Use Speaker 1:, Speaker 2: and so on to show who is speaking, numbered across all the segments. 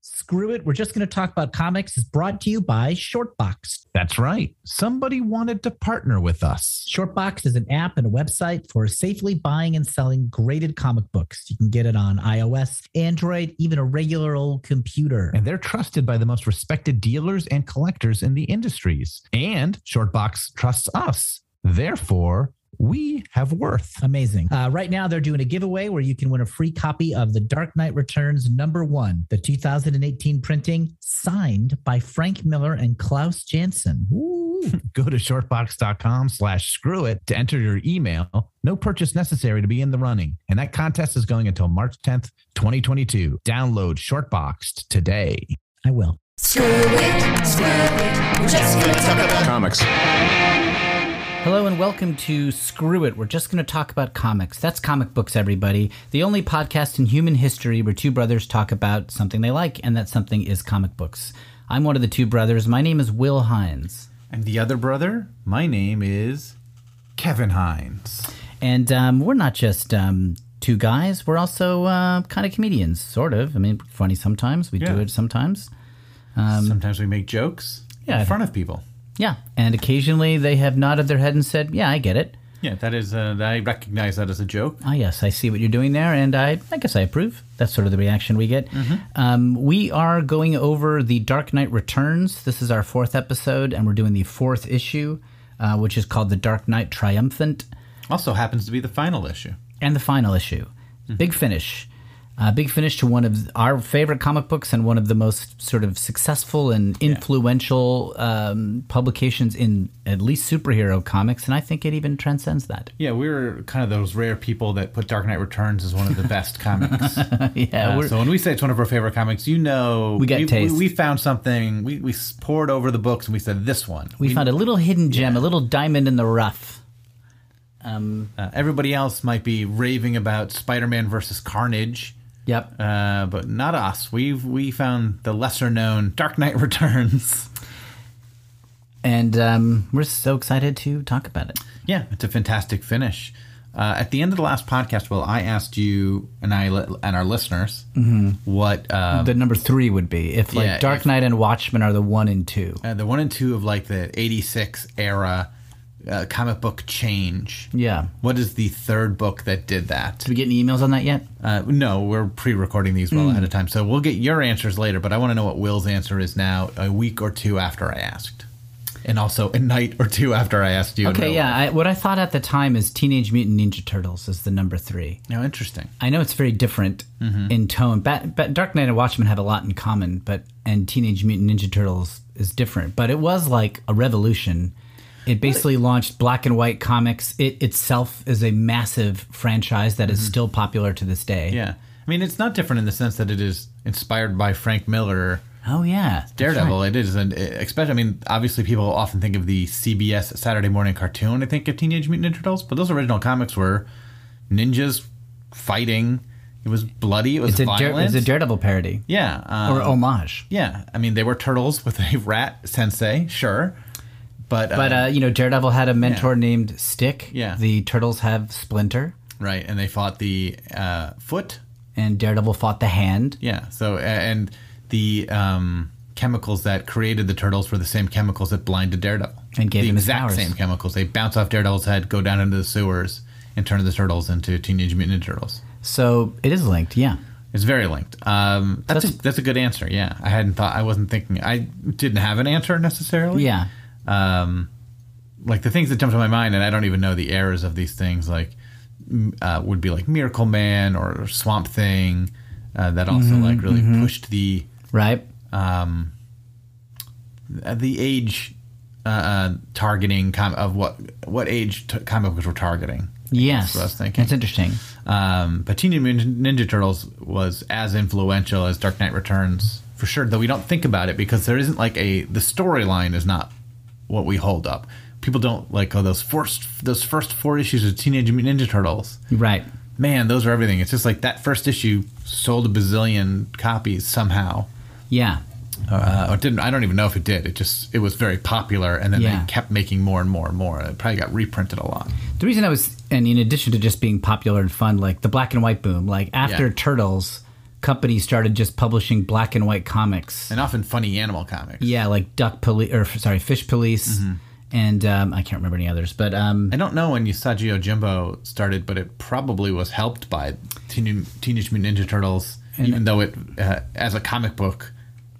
Speaker 1: Screw It, We're Just Going to Talk About Comics is brought to you by Shortbox.
Speaker 2: That's right. Somebody wanted to partner with us.
Speaker 1: Shortbox is an app and a website for safely buying and selling graded comic books. You can get it on iOS, Android, even a regular old computer.
Speaker 2: And they're trusted by the most respected dealers and collectors in the industries. And Shortbox trusts us. Therefore, we have worth.
Speaker 1: Amazing. Uh, right now, they're doing a giveaway where you can win a free copy of The Dark Knight Returns number one, the 2018 printing, signed by Frank Miller and Klaus Janson.
Speaker 2: Go to shortbox.com slash screw it to enter your email. No purchase necessary to be in the running. And that contest is going until March 10th, 2022. Download Shortboxed today.
Speaker 1: I will.
Speaker 3: Screw it, screw it, we're just gonna talk about
Speaker 4: Comics.
Speaker 1: Hello and welcome to Screw It. We're just going to talk about comics. That's comic books, everybody. The only podcast in human history where two brothers talk about something they like, and that something is comic books. I'm one of the two brothers. My name is Will Hines.
Speaker 2: And the other brother, my name is Kevin Hines.
Speaker 1: And um, we're not just um, two guys, we're also uh, kind of comedians, sort of. I mean, funny sometimes. We do
Speaker 2: Yeah.
Speaker 1: it sometimes.
Speaker 2: Sometimes we make jokes
Speaker 1: Yeah.
Speaker 2: in front of people.
Speaker 1: Yeah. And occasionally they have nodded their head and said, Yeah, I get it.
Speaker 2: Yeah, that is, uh, I recognize that as a joke.
Speaker 1: ah, yes, I see what you're doing there, and I, I guess I approve. That's sort of the reaction we get. Um, we are going over The Dark Knight Returns. This is our fourth episode, and we're doing the fourth issue, uh, which is called The Dark Knight Triumphant,
Speaker 2: Also happens to be the final issue.
Speaker 1: and the final issue. Big finish. Uh, big finish to one of our favorite comic books and one of the most sort of successful and influential um, publications in at least superhero comics, and I think it even transcends that.
Speaker 5: Yeah, we were kind of those rare people that put Dark Knight Returns as one of the best comics. Uh,
Speaker 1: yeah, we're,
Speaker 5: so when we say it's one of our favorite comics, you know
Speaker 1: We got
Speaker 5: we,
Speaker 1: taste.
Speaker 5: We, we found something. We, we poured over the books and we said this one.
Speaker 1: we found a little hidden gem, a little diamond in the rough.
Speaker 5: Uh, everybody else might be raving about Spider-Man versus Carnage,
Speaker 1: Yep.
Speaker 5: uh, but not us. We've we found the lesser known Dark Knight Returns.
Speaker 1: and um, we're so excited to talk about it.
Speaker 5: Yeah, it's a fantastic finish. Uh, at the end of the last podcast, Will, I asked you and I li- and our listeners
Speaker 1: Mm-hmm.
Speaker 5: what um,
Speaker 1: the number three would be if like
Speaker 5: yeah,
Speaker 1: Dark
Speaker 5: if-
Speaker 1: Knight and Watchmen are the one and two.
Speaker 5: uh, the one and two of like the 86 era uh, comic book change
Speaker 1: Yeah.
Speaker 5: what is the third book that did that
Speaker 1: Did we get any emails on that yet?
Speaker 5: uh, no we're pre-recording these
Speaker 1: Hmm.
Speaker 5: well ahead of time so we'll get your answers later but i want to know what will's answer is now a week or two after i asked and also a night or two after i asked you in
Speaker 1: Okay,
Speaker 5: real
Speaker 1: yeah.
Speaker 5: life.
Speaker 1: I, what I thought at the time is Teenage Mutant Ninja Turtles is the number three.
Speaker 5: now interesting
Speaker 1: I know it's very different
Speaker 5: Mm-hmm.
Speaker 1: in tone. Bat, Bat, Dark Knight and Watchmen have a lot in common, but and Teenage Mutant Ninja Turtles is different. But it was like a revolution. It basically launched black and white comics. It itself is a massive franchise that is still popular to this day.
Speaker 5: Mm-hmm. yeah i mean it's not different in the sense that it is inspired by frank miller
Speaker 1: Oh yeah,
Speaker 5: Daredevil, it is an especially. I mean, obviously, people often think of the CBS Saturday morning cartoon. I think of Teenage Mutant Ninja Turtles, but those original comics were ninjas fighting. It was bloody. It was
Speaker 1: It's a, dare,
Speaker 5: violent.
Speaker 1: it's a Daredevil parody
Speaker 5: yeah, um,
Speaker 1: or oh. homage.
Speaker 5: yeah. I mean, they were turtles with a rat sensei, sure, but
Speaker 1: But uh, you know, Daredevil had a mentor named Stick.
Speaker 5: Yeah.
Speaker 1: The Turtles have Splinter,
Speaker 5: right, and they fought the uh, foot.
Speaker 1: and Daredevil fought the Hand.
Speaker 5: Yeah. So a- and the um, chemicals that created the turtles were the same chemicals that blinded Daredevil
Speaker 1: And gave
Speaker 5: the
Speaker 1: him his
Speaker 5: exact
Speaker 1: powers.
Speaker 5: same chemicals. They bounce off Daredevil's head, go down into the sewers, and turn the turtles into Teenage Mutant Ninja Turtles.
Speaker 1: So it is linked. Yeah.
Speaker 5: It's very linked. Um, that's
Speaker 1: That's-
Speaker 5: a, that's a good answer. Yeah, I hadn't thought. I wasn't thinking. I didn't have an answer necessarily.
Speaker 1: Yeah.
Speaker 5: Um, like the things that jump to my mind, and I don't even know the eras of these things. Like m- uh, would be like Miracle Man or Swamp Thing. Uh, that also
Speaker 1: Mm-hmm,
Speaker 5: like really pushed the
Speaker 1: Right.
Speaker 5: uh, the age uh, uh, targeting com- of what what age t- comic books were targeting.
Speaker 1: Yes.
Speaker 5: what I was thinking.
Speaker 1: That's interesting.
Speaker 5: Um, but Teenage Mutant Ninja Turtles was as influential as Dark Knight Returns for sure. Though we don't think about it because there isn't like a the storyline is not what we hold up. People don't like oh those first those first four issues of Teenage Mutant Ninja Turtles.
Speaker 1: Right.
Speaker 5: Man, those are everything. It's just like that first issue sold a bazillion copies somehow
Speaker 1: Yeah.
Speaker 5: uh, or didn't I don't even know if it did. It just it was very popular, and then
Speaker 1: Yeah.
Speaker 5: they kept making more and more and more. It probably got reprinted a lot.
Speaker 1: The reason I was, and in addition to just being popular and fun, like the black and white boom, like after
Speaker 5: Yeah.
Speaker 1: Turtles, companies started just publishing black and white comics.
Speaker 5: and often funny animal comics.
Speaker 1: Yeah, like Duck Police, or sorry, Fish Police,
Speaker 5: Mm-hmm.
Speaker 1: and um, I can't remember any others. But um,
Speaker 5: I don't know when Usagi Jimbo started, but it probably was helped by Teen- Teenage Mutant Ninja Turtles, even though it, uh, as a comic book,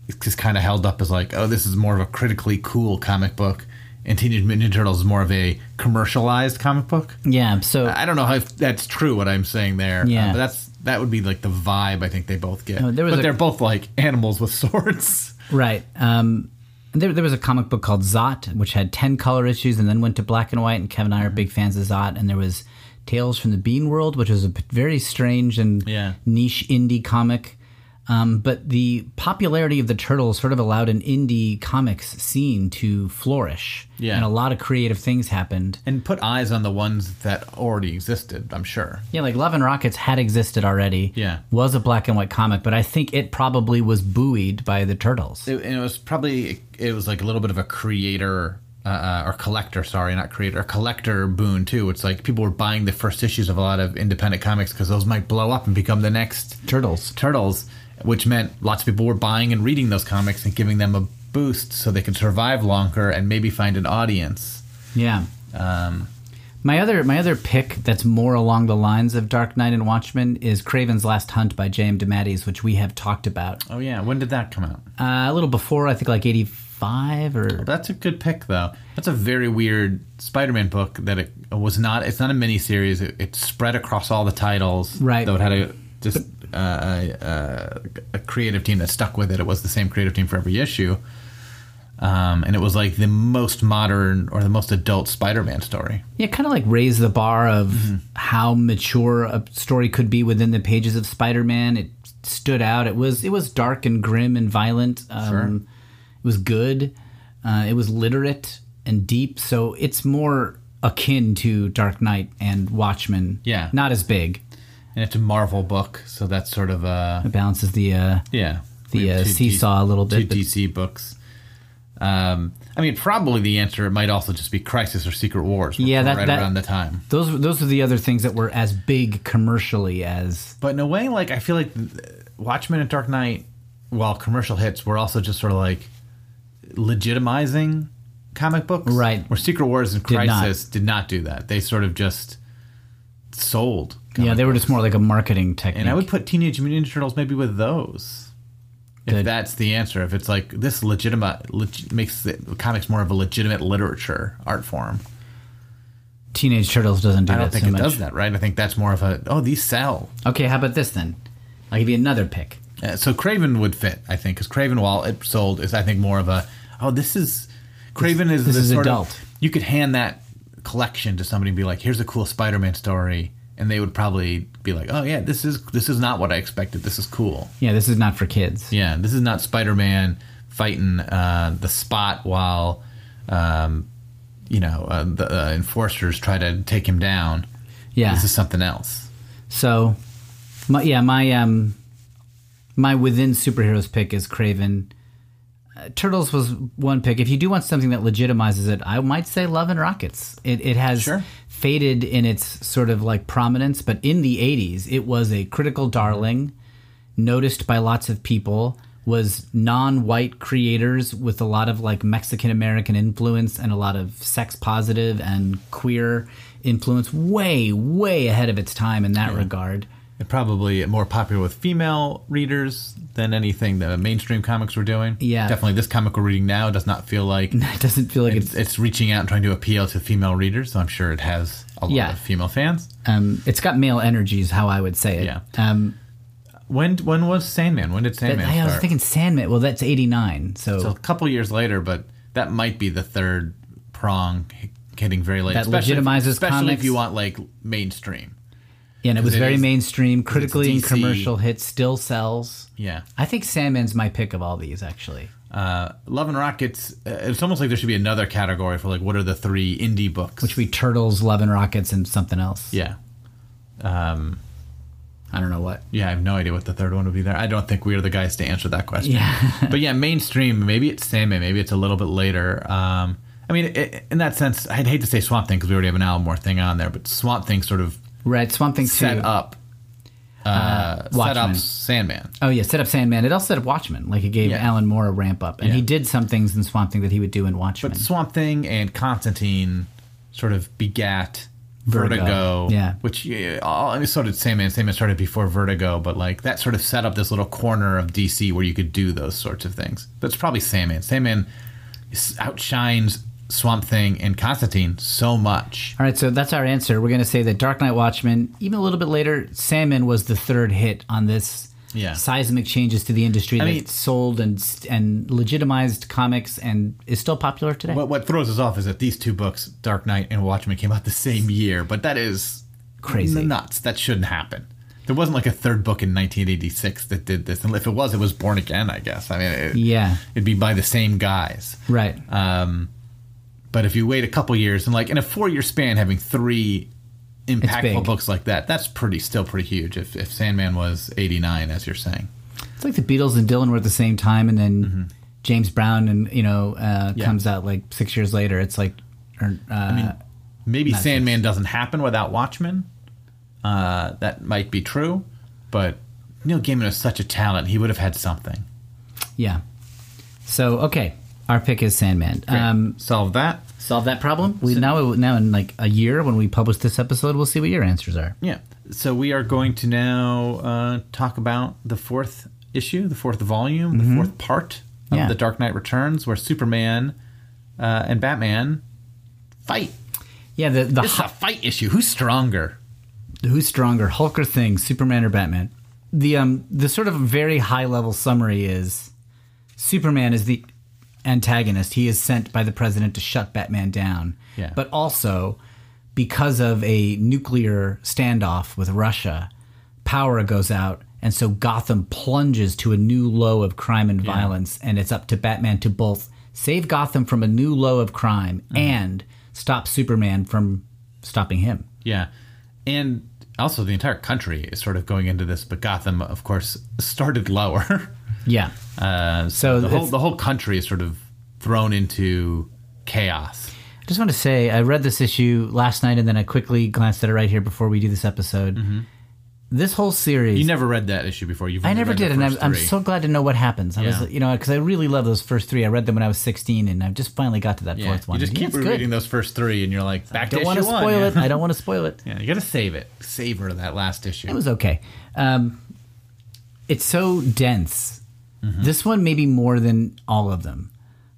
Speaker 5: it's just kind of held up as like, oh, this is more of a critically cool comic book, and Teenage Mutant Ninja Turtles is more of a commercialized comic book.
Speaker 1: yeah, so
Speaker 5: I don't know how if that's true what I'm saying there, uh,
Speaker 1: Yeah.
Speaker 5: but that's that would be like the vibe I think they both get.
Speaker 1: No, there was
Speaker 5: but
Speaker 1: a-
Speaker 5: they're both like animals with swords.
Speaker 1: Right. Um, and there, there was a comic book called Zot, which had 10 color issues and then went to black and white. And Kevin and I are big fans of Zot. And there was Tales from the Bean World, which was a p- very strange and
Speaker 5: Yeah.
Speaker 1: niche indie comic. Um, but the popularity of the Turtles sort of allowed an indie comics scene to flourish.
Speaker 5: Yeah.
Speaker 1: And a lot of creative things happened.
Speaker 5: and put eyes on the ones that already existed. I'm sure.
Speaker 1: Yeah, like Love and Rockets had existed already.
Speaker 5: Yeah.
Speaker 1: Was a black and white comic, but I think it probably was buoyed by the Turtles.
Speaker 5: It, and it was probably it was like a little bit of a creator uh, uh, or collector, sorry, not creator, a collector boon too. It's like people were buying the first issues of a lot of independent comics because those might blow up and become the next
Speaker 1: Turtles.
Speaker 5: Turtles, which meant lots of people were buying and reading those comics and giving them a boost so they could survive longer and maybe find an audience.
Speaker 1: Yeah. my other my other pick that's more along the lines of Dark Knight and Watchmen is Craven's Last Hunt by J.M. DeMatteis, which we have talked about
Speaker 5: Oh yeah, when did that come out?
Speaker 1: uh, a little before. I think like eighty five or
Speaker 5: That's a good pick, though. That's a very weird Spider-Man book that it was not. It's not a miniseries. It, it spread across all the titles.
Speaker 1: Right.
Speaker 5: Though it had a just uh, a, a creative team that stuck with it. It was the same creative team for every issue, um, and it was like the most modern or the most adult Spider-Man story.
Speaker 1: yeah, kind of like raise the bar of
Speaker 5: Mm-hmm.
Speaker 1: how mature a story could be within the pages of Spider Man. It stood out. It was it was dark and grim and violent. Um,
Speaker 5: Sure.
Speaker 1: It was good. Uh, it was literate and deep. So it's more akin to Dark Knight and Watchmen.
Speaker 5: Yeah.
Speaker 1: not as big.
Speaker 5: And it's a Marvel book, so that's sort of a
Speaker 1: It balances the uh,
Speaker 5: yeah We
Speaker 1: the
Speaker 5: have
Speaker 1: uh,
Speaker 5: two D-
Speaker 1: seesaw a little
Speaker 5: two
Speaker 1: bit. but-
Speaker 5: DC books. Um, I mean, probably the answer might also just be Crisis or Secret Wars. which
Speaker 1: Yeah,
Speaker 5: were
Speaker 1: that-
Speaker 5: right
Speaker 1: that-
Speaker 5: around the time.
Speaker 1: those were- those are the other things that were as big commercially as
Speaker 5: But in a way, like I feel like th- Watchmen and Dark Knight, while commercial hits, were also just sort of like legitimizing comic books,
Speaker 1: Right.
Speaker 5: Where Secret Wars and
Speaker 1: not.
Speaker 5: Crisis did not, do that. They sort of just sold. comic
Speaker 1: yeah they were
Speaker 5: books.
Speaker 1: just more like a marketing technique.
Speaker 5: And I would put Teenage Mutant Ninja Turtles maybe with those. If
Speaker 1: Good.
Speaker 5: that's the answer, if it's like this legitimate leg- makes the comics more of a legitimate literature art form.
Speaker 1: Teenage Turtles doesn't do
Speaker 5: I don't
Speaker 1: that
Speaker 5: think
Speaker 1: so
Speaker 5: it
Speaker 1: much.
Speaker 5: does that, right? I think that's more of a oh these sell.
Speaker 1: Okay, how about this then? I'll give you another pick.
Speaker 5: Uh, so Craven would fit, I think, because Craven, while it sold, is I think more of a oh this is Craven is
Speaker 1: This
Speaker 5: the
Speaker 1: is
Speaker 5: sort of-
Speaker 1: adult.
Speaker 5: you could hand that collection to somebody and be like, here's a cool Spider-Man story, and they would probably be like, oh yeah, this is this is not what I expected. This is cool.
Speaker 1: Yeah, this is not for kids.
Speaker 5: Yeah, this is not Spider-Man fighting uh, the spot while um, you know uh, the uh, enforcers try to take him down.
Speaker 1: Yeah.
Speaker 5: This is something else.
Speaker 1: So, my, yeah, my um, my within superheroes pick is Craven. Uh, Turtles was one pick. If you do want something that legitimizes it, I might say Love and Rockets. It, it has
Speaker 5: Sure.
Speaker 1: faded in its sort of like prominence, but in the '80s, it was a critical darling, noticed by lots of people. Was non-white creators with a lot of like Mexican American influence and a lot of sex positive and queer influence, way way ahead of its time in that regard.
Speaker 5: And probably more popular with female readers than anything the mainstream comics were doing.
Speaker 1: Yeah.
Speaker 5: Definitely this comic we're reading now does not feel like
Speaker 1: It doesn't feel like it's
Speaker 5: it's, it's reaching out and trying to appeal to female readers. So I'm sure it has a lot
Speaker 1: Yeah.
Speaker 5: of female fans.
Speaker 1: Um, it's got male energy, is how I would say it.
Speaker 5: Yeah.
Speaker 1: Um,
Speaker 5: When when was Sandman? When did
Speaker 1: but
Speaker 5: Sandman
Speaker 1: I was
Speaker 5: start?
Speaker 1: thinking Sandman. Well, that's '89, so,
Speaker 5: So a couple years later, but that might be the third prong h- hitting very late.
Speaker 1: That
Speaker 5: especially if-
Speaker 1: legitimizes
Speaker 5: especially
Speaker 1: comics.
Speaker 5: if you want like mainstream.
Speaker 1: yeah, and it was
Speaker 5: it
Speaker 1: very
Speaker 5: is-
Speaker 1: mainstream, critically and
Speaker 5: DC.
Speaker 1: commercial hit, still sells.
Speaker 5: Yeah,
Speaker 1: I think Sandman's my pick of all these, actually.
Speaker 5: uh, Love and Rockets. Uh, it's almost like there should be another category for like what are the three indie books?
Speaker 1: Which we Turtles, Love and Rockets, and something else.
Speaker 5: yeah,
Speaker 1: I don't know what.
Speaker 5: yeah. I have no idea what the third one would be there. I don't think we are the guys to answer that question.
Speaker 1: Yeah.
Speaker 5: but yeah, mainstream. Maybe it's Sandman. Maybe it's a little bit later. Um, I mean, i in that sense, I'd hate to say Swamp Thing because we already have an Almore thing on there, but Swamp Thing sort of
Speaker 1: Right, Swamp Thing
Speaker 5: set
Speaker 1: too.
Speaker 5: up uh, set
Speaker 1: Watchmen.
Speaker 5: up Sandman.
Speaker 1: Oh yeah, set up Sandman. It also set up Watchmen. Like it gave
Speaker 5: Yeah.
Speaker 1: Alan Moore a ramp up, and
Speaker 5: Yeah.
Speaker 1: he did some things in Swamp Thing that he would do in Watchmen.
Speaker 5: But Swamp Thing and Constantine sort of begat Vertigo,
Speaker 1: Vertigo, yeah.
Speaker 5: which yeah, all- I mean, so did Sandman. Sandman started before Vertigo, but like that sort of set up this little corner of DC where you could do those sorts of things. That's probably Sandman. Sandman is- outshines Swamp Thing and Constantine so much.
Speaker 1: All right, so that's our answer. We're going to say that Dark Knight Watchmen, even a little bit later, Salmon was the third hit on this
Speaker 5: Yeah.
Speaker 1: seismic changes to the industry that
Speaker 5: mean-
Speaker 1: sold and and legitimized comics and is still popular today.
Speaker 5: What what throws us off is that these two books, Dark Knight and Watchmen, came out the same year, but that is
Speaker 1: Crazy.
Speaker 5: n- nuts. That shouldn't happen. There wasn't like a third book in 1986 that did this, and if it was, it was Born Again, I guess. I mean, it,
Speaker 1: yeah,
Speaker 5: it'd be by the same guys.
Speaker 1: right.
Speaker 5: Um, but if you wait a couple years and like in a four year span, having three
Speaker 1: big.
Speaker 5: impactful books like that, that's pretty still pretty huge. If if Sandman was 89, as you're saying,
Speaker 1: it's like the Beatles and Dylan were at the same time, and then James Brown and you know uh,
Speaker 5: Mm-hmm. Yeah.
Speaker 1: comes out like six years later. It's like, or, uh,
Speaker 5: maybe Sandman doesn't happen without Watchmen. Uh, that might be true, but Neil Gaiman is such a talent; he would have had something.
Speaker 1: yeah. So okay, our pick is Sandman. Um,
Speaker 5: Solve that.
Speaker 1: solve that problem. We now now in like a year when we publish this episode, we'll see what your answers are.
Speaker 5: Yeah. So we are going to now uh, talk about the fourth issue, the fourth volume, the fourth part of
Speaker 1: Mm-hmm. Yeah.
Speaker 5: The Dark Knight Returns, where Superman uh, and Batman fight.
Speaker 1: Yeah, the the
Speaker 5: This is a fight issue. Who's stronger?
Speaker 1: who's stronger, Hulk or Thing, Superman or Batman? The um the sort of very high level summary is Superman is the antagonist. He is sent by the president to shut Batman down.
Speaker 5: Yeah.
Speaker 1: But also because of a nuclear standoff with Russia, power goes out and so Gotham plunges to a new low of crime and violence and it's up to Batman to both save Gotham from a new low of crime and stop Superman from stopping him.
Speaker 5: Yeah. And also, the entire country is sort of going into this, but Gotham, of course, started lower.
Speaker 1: Yeah.
Speaker 5: Uh,
Speaker 1: So
Speaker 5: so the whole
Speaker 1: it's-
Speaker 5: the whole country is sort of thrown into chaos.
Speaker 1: I just want to say I read this issue last night and then I quickly glanced at it right here before we do this episode. This whole series,
Speaker 5: Mm-hmm. You never read that issue before. You've
Speaker 1: I
Speaker 5: only
Speaker 1: never
Speaker 5: read the
Speaker 1: did, and I'm,
Speaker 5: first
Speaker 1: I'm
Speaker 5: three.
Speaker 1: so glad to know what happens. I
Speaker 5: Yeah.
Speaker 1: was, you know, because I really love those first three. I read them when I was 16, and I just finally got to that
Speaker 5: Yeah,
Speaker 1: fourth one.
Speaker 5: You just
Speaker 1: Yeah, it's
Speaker 5: keep
Speaker 1: good.
Speaker 5: reading those first three, and you're like, back
Speaker 1: Don't
Speaker 5: to
Speaker 1: want to
Speaker 5: issue
Speaker 1: spoil
Speaker 5: one. yeah.
Speaker 1: it. I don't want to spoil it.
Speaker 5: Yeah, you gotta save it, savor that last issue.
Speaker 1: It was okay. Um, it's so dense.
Speaker 5: Mm-hmm.
Speaker 1: This one maybe more than all of them.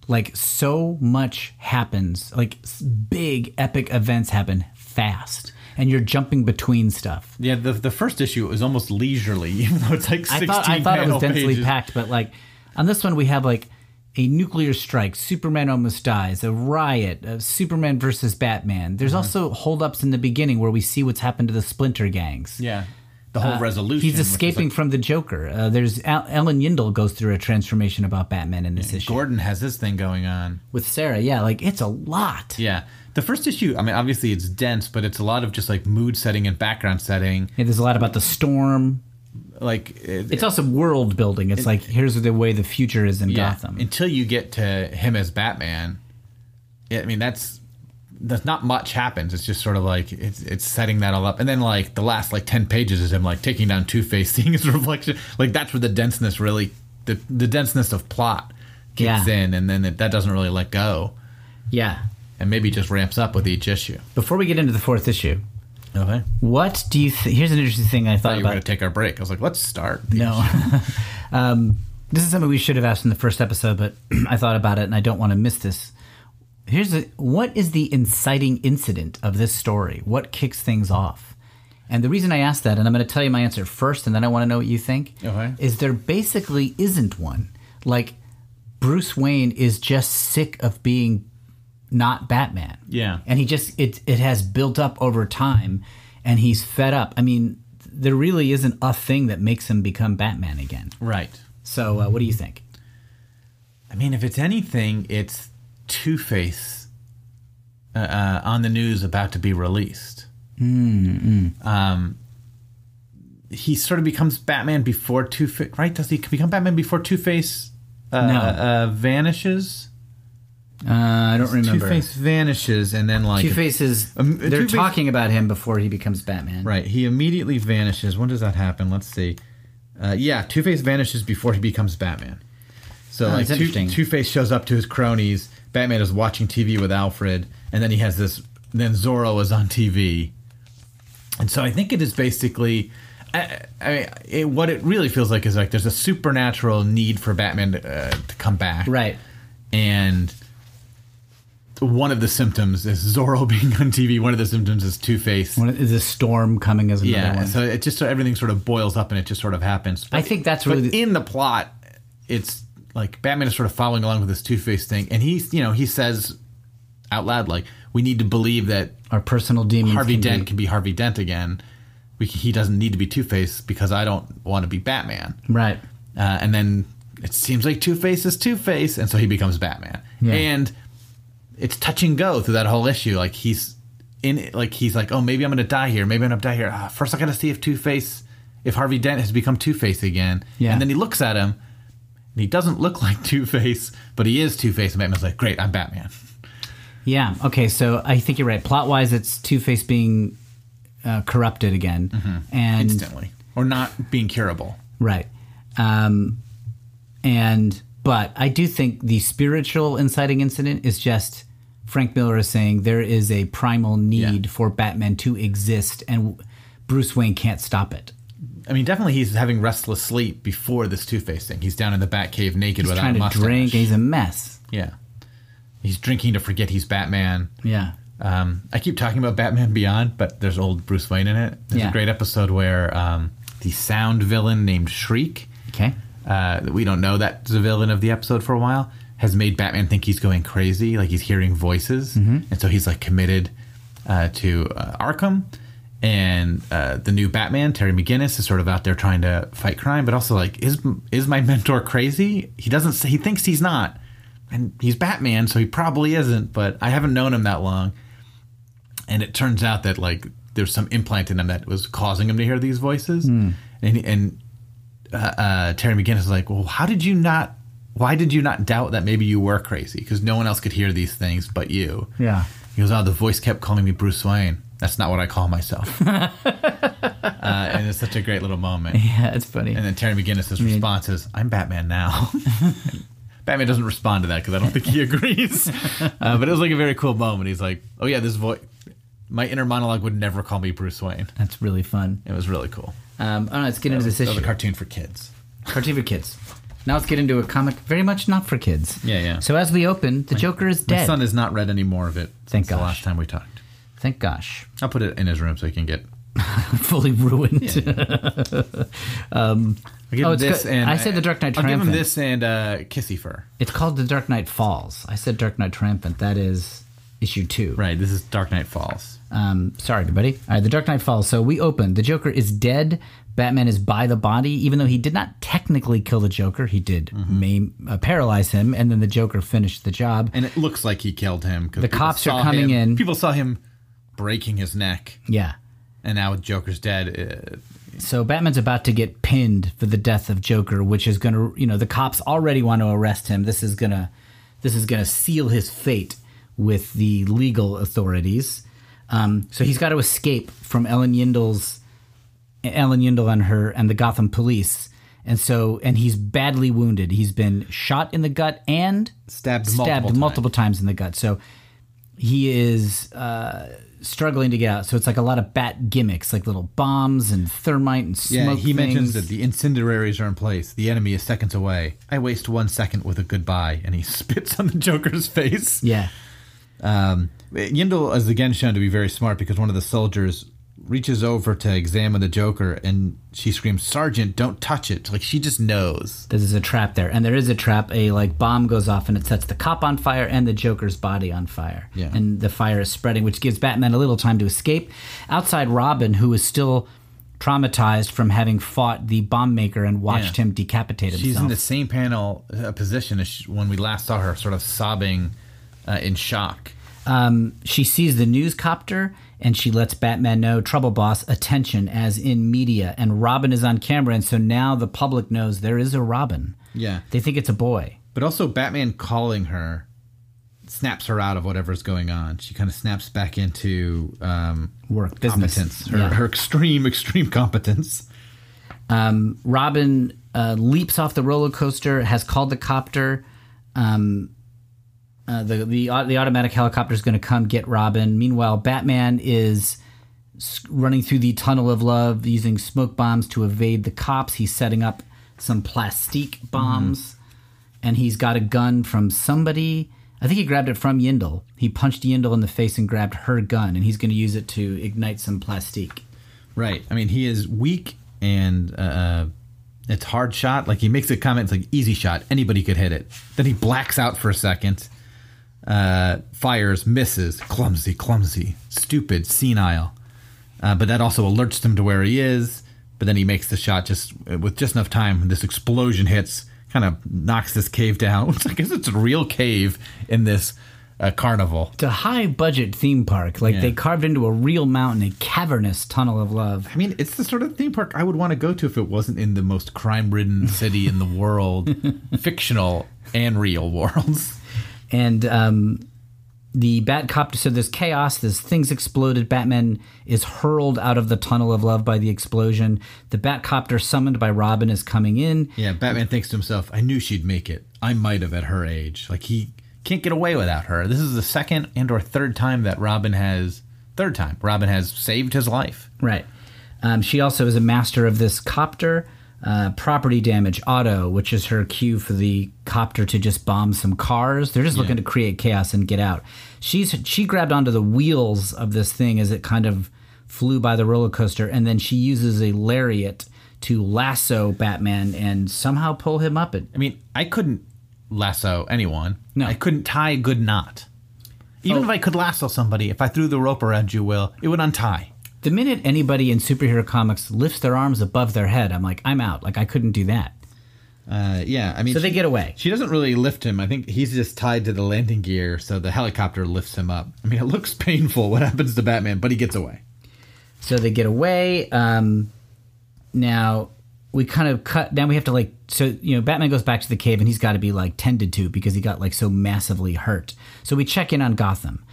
Speaker 1: Like so much happens. Like s- big epic events happen fast, and you're jumping between stuff.
Speaker 5: yeah, the, the first issue was almost leisurely, even though it's like
Speaker 1: I
Speaker 5: sixteen
Speaker 1: thought I thought it was
Speaker 5: panel
Speaker 1: densely
Speaker 5: pages.
Speaker 1: packed, but like on this one we have like a nuclear strike, Superman almost dies, a riot, uh, Superman versus Batman.
Speaker 5: Mm-hmm.
Speaker 1: There's also holdups in the beginning where we see what's happened to the splinter gangs.
Speaker 5: Yeah, the whole resolution.
Speaker 1: Uh, He's
Speaker 5: which is,
Speaker 1: escaping
Speaker 5: like,
Speaker 1: from the Joker. Uh, there's Al- Ellen Yindel goes through a transformation about Batman in this issue
Speaker 5: Gordon has this thing going on.
Speaker 1: with Sarah. Yeah, like it's a lot.
Speaker 5: Yeah, the first issue. I mean, obviously it's dense, but it's a lot of just like mood setting and background setting.
Speaker 1: Yeah, there's a lot about the storm.
Speaker 5: Like it,
Speaker 1: It's also world building. It's like here's the way the future is in
Speaker 5: yeah,
Speaker 1: Gotham.
Speaker 5: until you get to him as Batman. I mean, that's that's not much happens. It's just sort of like it's it's setting that all up, and then like the last like ten pages is him like taking down Two Face, seeing his reflection. Like that's where the denseness really the the denseness of plot
Speaker 1: Yeah.
Speaker 5: kicks in, and then it, that doesn't really let go,
Speaker 1: yeah.
Speaker 5: and maybe just ramps up with each issue.
Speaker 1: Before we get into the fourth issue,
Speaker 5: Okay,
Speaker 1: what do you? Th- here's an interesting thing I
Speaker 5: thought
Speaker 1: thought
Speaker 5: you were
Speaker 1: about.
Speaker 5: going to take our break. I was like, let's start. the
Speaker 1: No.
Speaker 5: issue.
Speaker 1: um, this is something we should have asked in the first episode, but I thought about it and I don't want to miss this. Here's the, what is the inciting incident of this story? What kicks things off? And the reason I asked that, and I'm going to tell you my answer first, and then I want to know what you think,
Speaker 5: Okay.
Speaker 1: is there basically isn't one. Like, Bruce Wayne is just sick of being not Batman.
Speaker 5: Yeah.
Speaker 1: And he just it it has built up over time and he's fed up. I mean, there really isn't a thing that makes him become Batman again.
Speaker 5: right.
Speaker 1: So, uh, what do you think?
Speaker 5: I mean, if it's anything, it's Two Face uh, uh, on the news about to be released. Um, he sort of becomes Batman before Two Face, right? Does he become Batman before Two Face uh,
Speaker 1: No.
Speaker 5: uh, vanishes?
Speaker 1: Uh, I don't remember.
Speaker 5: Two Face vanishes and then like
Speaker 1: Two Faces.
Speaker 5: Um,
Speaker 1: they're
Speaker 5: Two-Face-
Speaker 1: talking about him before he becomes Batman.
Speaker 5: Right. He immediately vanishes. When does that happen? Let's see. Uh, yeah, Two Face vanishes before he becomes Batman. So like
Speaker 1: Oh, that's interesting.
Speaker 5: Two Face shows up to his cronies. Batman is watching TV with Alfred, and then he has this. Then Zorro is on TV, and so I think it is basically. I, I mean, it, what it really feels like is like there's a supernatural need for Batman to, uh, to come back,
Speaker 1: Right.
Speaker 5: and one of the symptoms is Zorro being on TV. One of the symptoms is Two Face
Speaker 1: One, is a storm coming as another
Speaker 5: yeah
Speaker 1: one?
Speaker 5: so it just so everything sort of boils up and it just sort of happens
Speaker 1: I think that's
Speaker 5: but
Speaker 1: really the-
Speaker 5: in the plot it's like batman is sort of following along with this two-face thing and he's you know he says out loud like we need to believe that
Speaker 1: Our personal demons.
Speaker 5: harvey
Speaker 1: can be-
Speaker 5: dent can be harvey dent again we, he doesn't need to be two-face because i don't want to be batman
Speaker 1: Right.
Speaker 5: uh, and then it seems like Two Face is Two Face, and so he becomes Batman.
Speaker 1: Yeah.
Speaker 5: And it's touch and go through that whole issue. Like he's in, it, like he's like, oh, maybe I'm gonna die here. Maybe I'm gonna die here. Ah, first, I gotta see if Two Face, if Harvey Dent has become Two Face again.
Speaker 1: Yeah.
Speaker 5: And then he looks at him, and he doesn't look like Two Face, but he is Two Face. And Batman's like, great, I'm Batman.
Speaker 1: Mm. Yeah. Okay. So I think you're right. Plot wise, it's Two Face being uh, corrupted again,
Speaker 5: Mm-hmm.
Speaker 1: and
Speaker 5: Instantly, or not being curable.
Speaker 1: right. Um, and but I do think the spiritual inciting incident is just Frank Miller is saying there is a primal need
Speaker 5: Yeah.
Speaker 1: for Batman to exist, and Bruce Wayne can't stop it.
Speaker 5: I mean, definitely, he's having restless sleep before this Two Face thing. He's down in the Batcave naked
Speaker 1: He's
Speaker 5: without
Speaker 1: trying to
Speaker 5: a mustache.
Speaker 1: drink. And he's a mess.
Speaker 5: Yeah. He's drinking to forget he's Batman.
Speaker 1: Yeah.
Speaker 5: Um, I keep talking about Batman Beyond, but there's old Bruce Wayne in it. There's
Speaker 1: Yeah.
Speaker 5: a great episode where um, the sound villain named Shriek,
Speaker 1: Okay.
Speaker 5: uh, that we don't know that's the villain of the episode for a while, has made Batman think he's going crazy, like he's hearing voices. And so he's like committed uh, to uh, Arkham. And uh, the new Batman, Terry McGinnis, is sort of out there trying to fight crime, but also like, is is my mentor crazy? He doesn't say he thinks he's not, and he's Batman, so he probably isn't. But I haven't known him that long, and it turns out that like there's some implant in him that was causing him to hear these voices, and and uh, Terry McGinnis is like, well, how did you not? Why did you not doubt that maybe you were crazy? Because no one else could hear these things but you.
Speaker 1: Yeah.
Speaker 5: He goes, oh, the voice kept calling me Bruce Wayne. That's not what I call myself. uh, and it's such a great little moment.
Speaker 1: Yeah. It's funny.
Speaker 5: And then Terry McGinnis' response is, I'm Batman now. Batman doesn't respond to that because I don't think he agrees. Uh, but it was like a very cool moment. He's like, oh, yeah, this voice, my inner monologue would never call me Bruce Wayne.
Speaker 1: That's really fun.
Speaker 5: It was really cool.
Speaker 1: Um, all right, let's get into this
Speaker 5: That was
Speaker 1: issue.
Speaker 5: a cartoon for kids.
Speaker 1: cartoon for kids. Now let's get into a comic very much not for kids.
Speaker 5: Yeah, yeah.
Speaker 1: So as we open, the Joker is
Speaker 5: My
Speaker 1: dead.
Speaker 5: son has not read any more of it
Speaker 1: Thank
Speaker 5: since the
Speaker 1: gosh.
Speaker 5: last time we talked.
Speaker 1: Thank gosh.
Speaker 5: I'll put it in his room so he can get.
Speaker 1: Fully ruined.
Speaker 5: I'll give
Speaker 1: Oh,
Speaker 5: him
Speaker 1: it's
Speaker 5: this
Speaker 1: good.
Speaker 5: and
Speaker 1: I said The Dark Knight
Speaker 5: I'll give him
Speaker 1: Triumphant.
Speaker 5: this and uh, Kissy Fur.
Speaker 1: it's called The Dark Knight Falls. I said Dark Knight Triumphant. That is issue two.
Speaker 5: Right. This is Dark Knight Falls.
Speaker 1: Um, sorry, everybody. All right, The Dark Knight Falls. So we open. The Joker is dead. Batman is by the body, even though he did not technically kill the Joker. He did
Speaker 5: Mm-hmm.
Speaker 1: maim, uh, paralyze him, and then the Joker finished the job.
Speaker 5: and it looks like he killed him. Cause
Speaker 1: The
Speaker 5: people
Speaker 1: cops are
Speaker 5: saw
Speaker 1: coming
Speaker 5: him-
Speaker 1: in.
Speaker 5: People saw him breaking his neck,
Speaker 1: yeah.
Speaker 5: and now Joker's dead. uh,
Speaker 1: So Batman's about to get pinned for the death of Joker, which is going to, you know, the cops already want to arrest him. This is going to this is going to seal his fate with the legal authorities. Um, so he's got to escape from Ellen Yindel's Ellen Yindel and her and the Gotham police. And so and he's badly wounded. He's been shot in the gut and
Speaker 5: Stabbed multiple
Speaker 1: stabbed
Speaker 5: times.
Speaker 1: multiple times in the gut. So he is uh, struggling to get out. So it's like a lot of bat gimmicks, like little bombs and thermite and smoke.
Speaker 5: Yeah, he mentions that
Speaker 1: things.
Speaker 5: the incendiaries are in place. The enemy is seconds away. I waste one second with a goodbye, and he spits on the Joker's face.
Speaker 1: Yeah,
Speaker 5: Yindel is again shown to be very smart because one of the soldiers reaches over to examine the Joker, and she screams, "Sergeant, don't touch it!" Like she just knows.
Speaker 1: this is a trap there, and there is a trap. A like bomb goes off and it sets the cop on fire and the Joker's body on fire.
Speaker 5: Yeah.
Speaker 1: and the fire is spreading, which gives Batman a little time to escape. Outside, Robin, who is still traumatized from having fought the bomb maker and watched
Speaker 5: Yeah.
Speaker 1: him decapitate himself.
Speaker 5: She's in the same panel uh, position as she, when we last saw her, sort of sobbing uh, in shock.
Speaker 1: Um, she sees the news copter and she lets Batman know trouble boss attention as in media and Robin is on camera and so now the public knows there is a Robin.
Speaker 5: Yeah.
Speaker 1: They think it's a boy.
Speaker 5: But also Batman calling her snaps her out of whatever's going on. She kind of snaps back into um,
Speaker 1: Work, business.
Speaker 5: competence, her,
Speaker 1: Yeah.
Speaker 5: her extreme, extreme competence.
Speaker 1: Robin uh, leaps off the roller coaster, has called the copter. Um, uh, the the au- the automatic helicopter is going to come get Robin. Meanwhile, Batman is s- running through the tunnel of love using smoke bombs to evade the cops. He's setting up some plastique bombs, and he's got a gun from somebody. I think he grabbed it from Yindel. He punched Yindel in the face and grabbed her gun, and he's going to use it to ignite some plastique.
Speaker 5: Right. I mean, he is weak and uh, it's hard shot. Like he makes a comment, it's like easy shot. Anybody could hit it. Then he blacks out for a second, uh, fires, misses, clumsy, clumsy, stupid, senile. Uh, but that also alerts them to where he is. But then he makes the shot just uh, with just enough time. This explosion hits, kind of knocks this cave down. I guess it's a real cave in this uh, carnival.
Speaker 1: It's a high budget theme park. Like
Speaker 5: Yeah.
Speaker 1: they carved into a real mountain, a cavernous tunnel of love.
Speaker 5: I mean, it's the sort of theme park I would want to go to if it wasn't in the most crime ridden city in the world, fictional and real worlds.
Speaker 1: And um, the Batcopter, so there's chaos, there's things exploded. Batman is hurled out of the tunnel of love by the explosion. The Batcopter, summoned by Robin, is coming in.
Speaker 5: Yeah, Batman thinks to himself, I knew she'd make it. I might have at her age. Like, he can't get away without her. This is the second and or third time that Robin has, third time, Robin has saved his life.
Speaker 1: Right. Um, she also is a master of this copter. Uh, property damage auto, which is her cue for the copter to just bomb some cars. They're just looking to create chaos and get out. She's she grabbed onto the wheels of this thing as it kind of flew by the roller coaster, and then she uses a lariat to lasso Batman and somehow pull him up. It
Speaker 5: I mean, I couldn't lasso anyone.
Speaker 1: No.
Speaker 5: I couldn't tie a good knot. Even if I could lasso somebody, if I threw the rope around you, Will, it would untie.
Speaker 1: the minute anybody in superhero comics lifts their arms above their head, I'm like, I'm out. Like I couldn't do that.
Speaker 5: Uh, yeah, I mean,
Speaker 1: So they get away.
Speaker 5: She doesn't really lift him. I think he's just tied to the landing gear, so the helicopter lifts him up. I mean, it looks painful what happens to Batman, but he gets away.
Speaker 1: So they get away. Um, now we kind of cut. Now we have to like. So you know, Batman goes back to the cave, and he's got to be like tended to because he got like so massively hurt. So we check in on Gotham.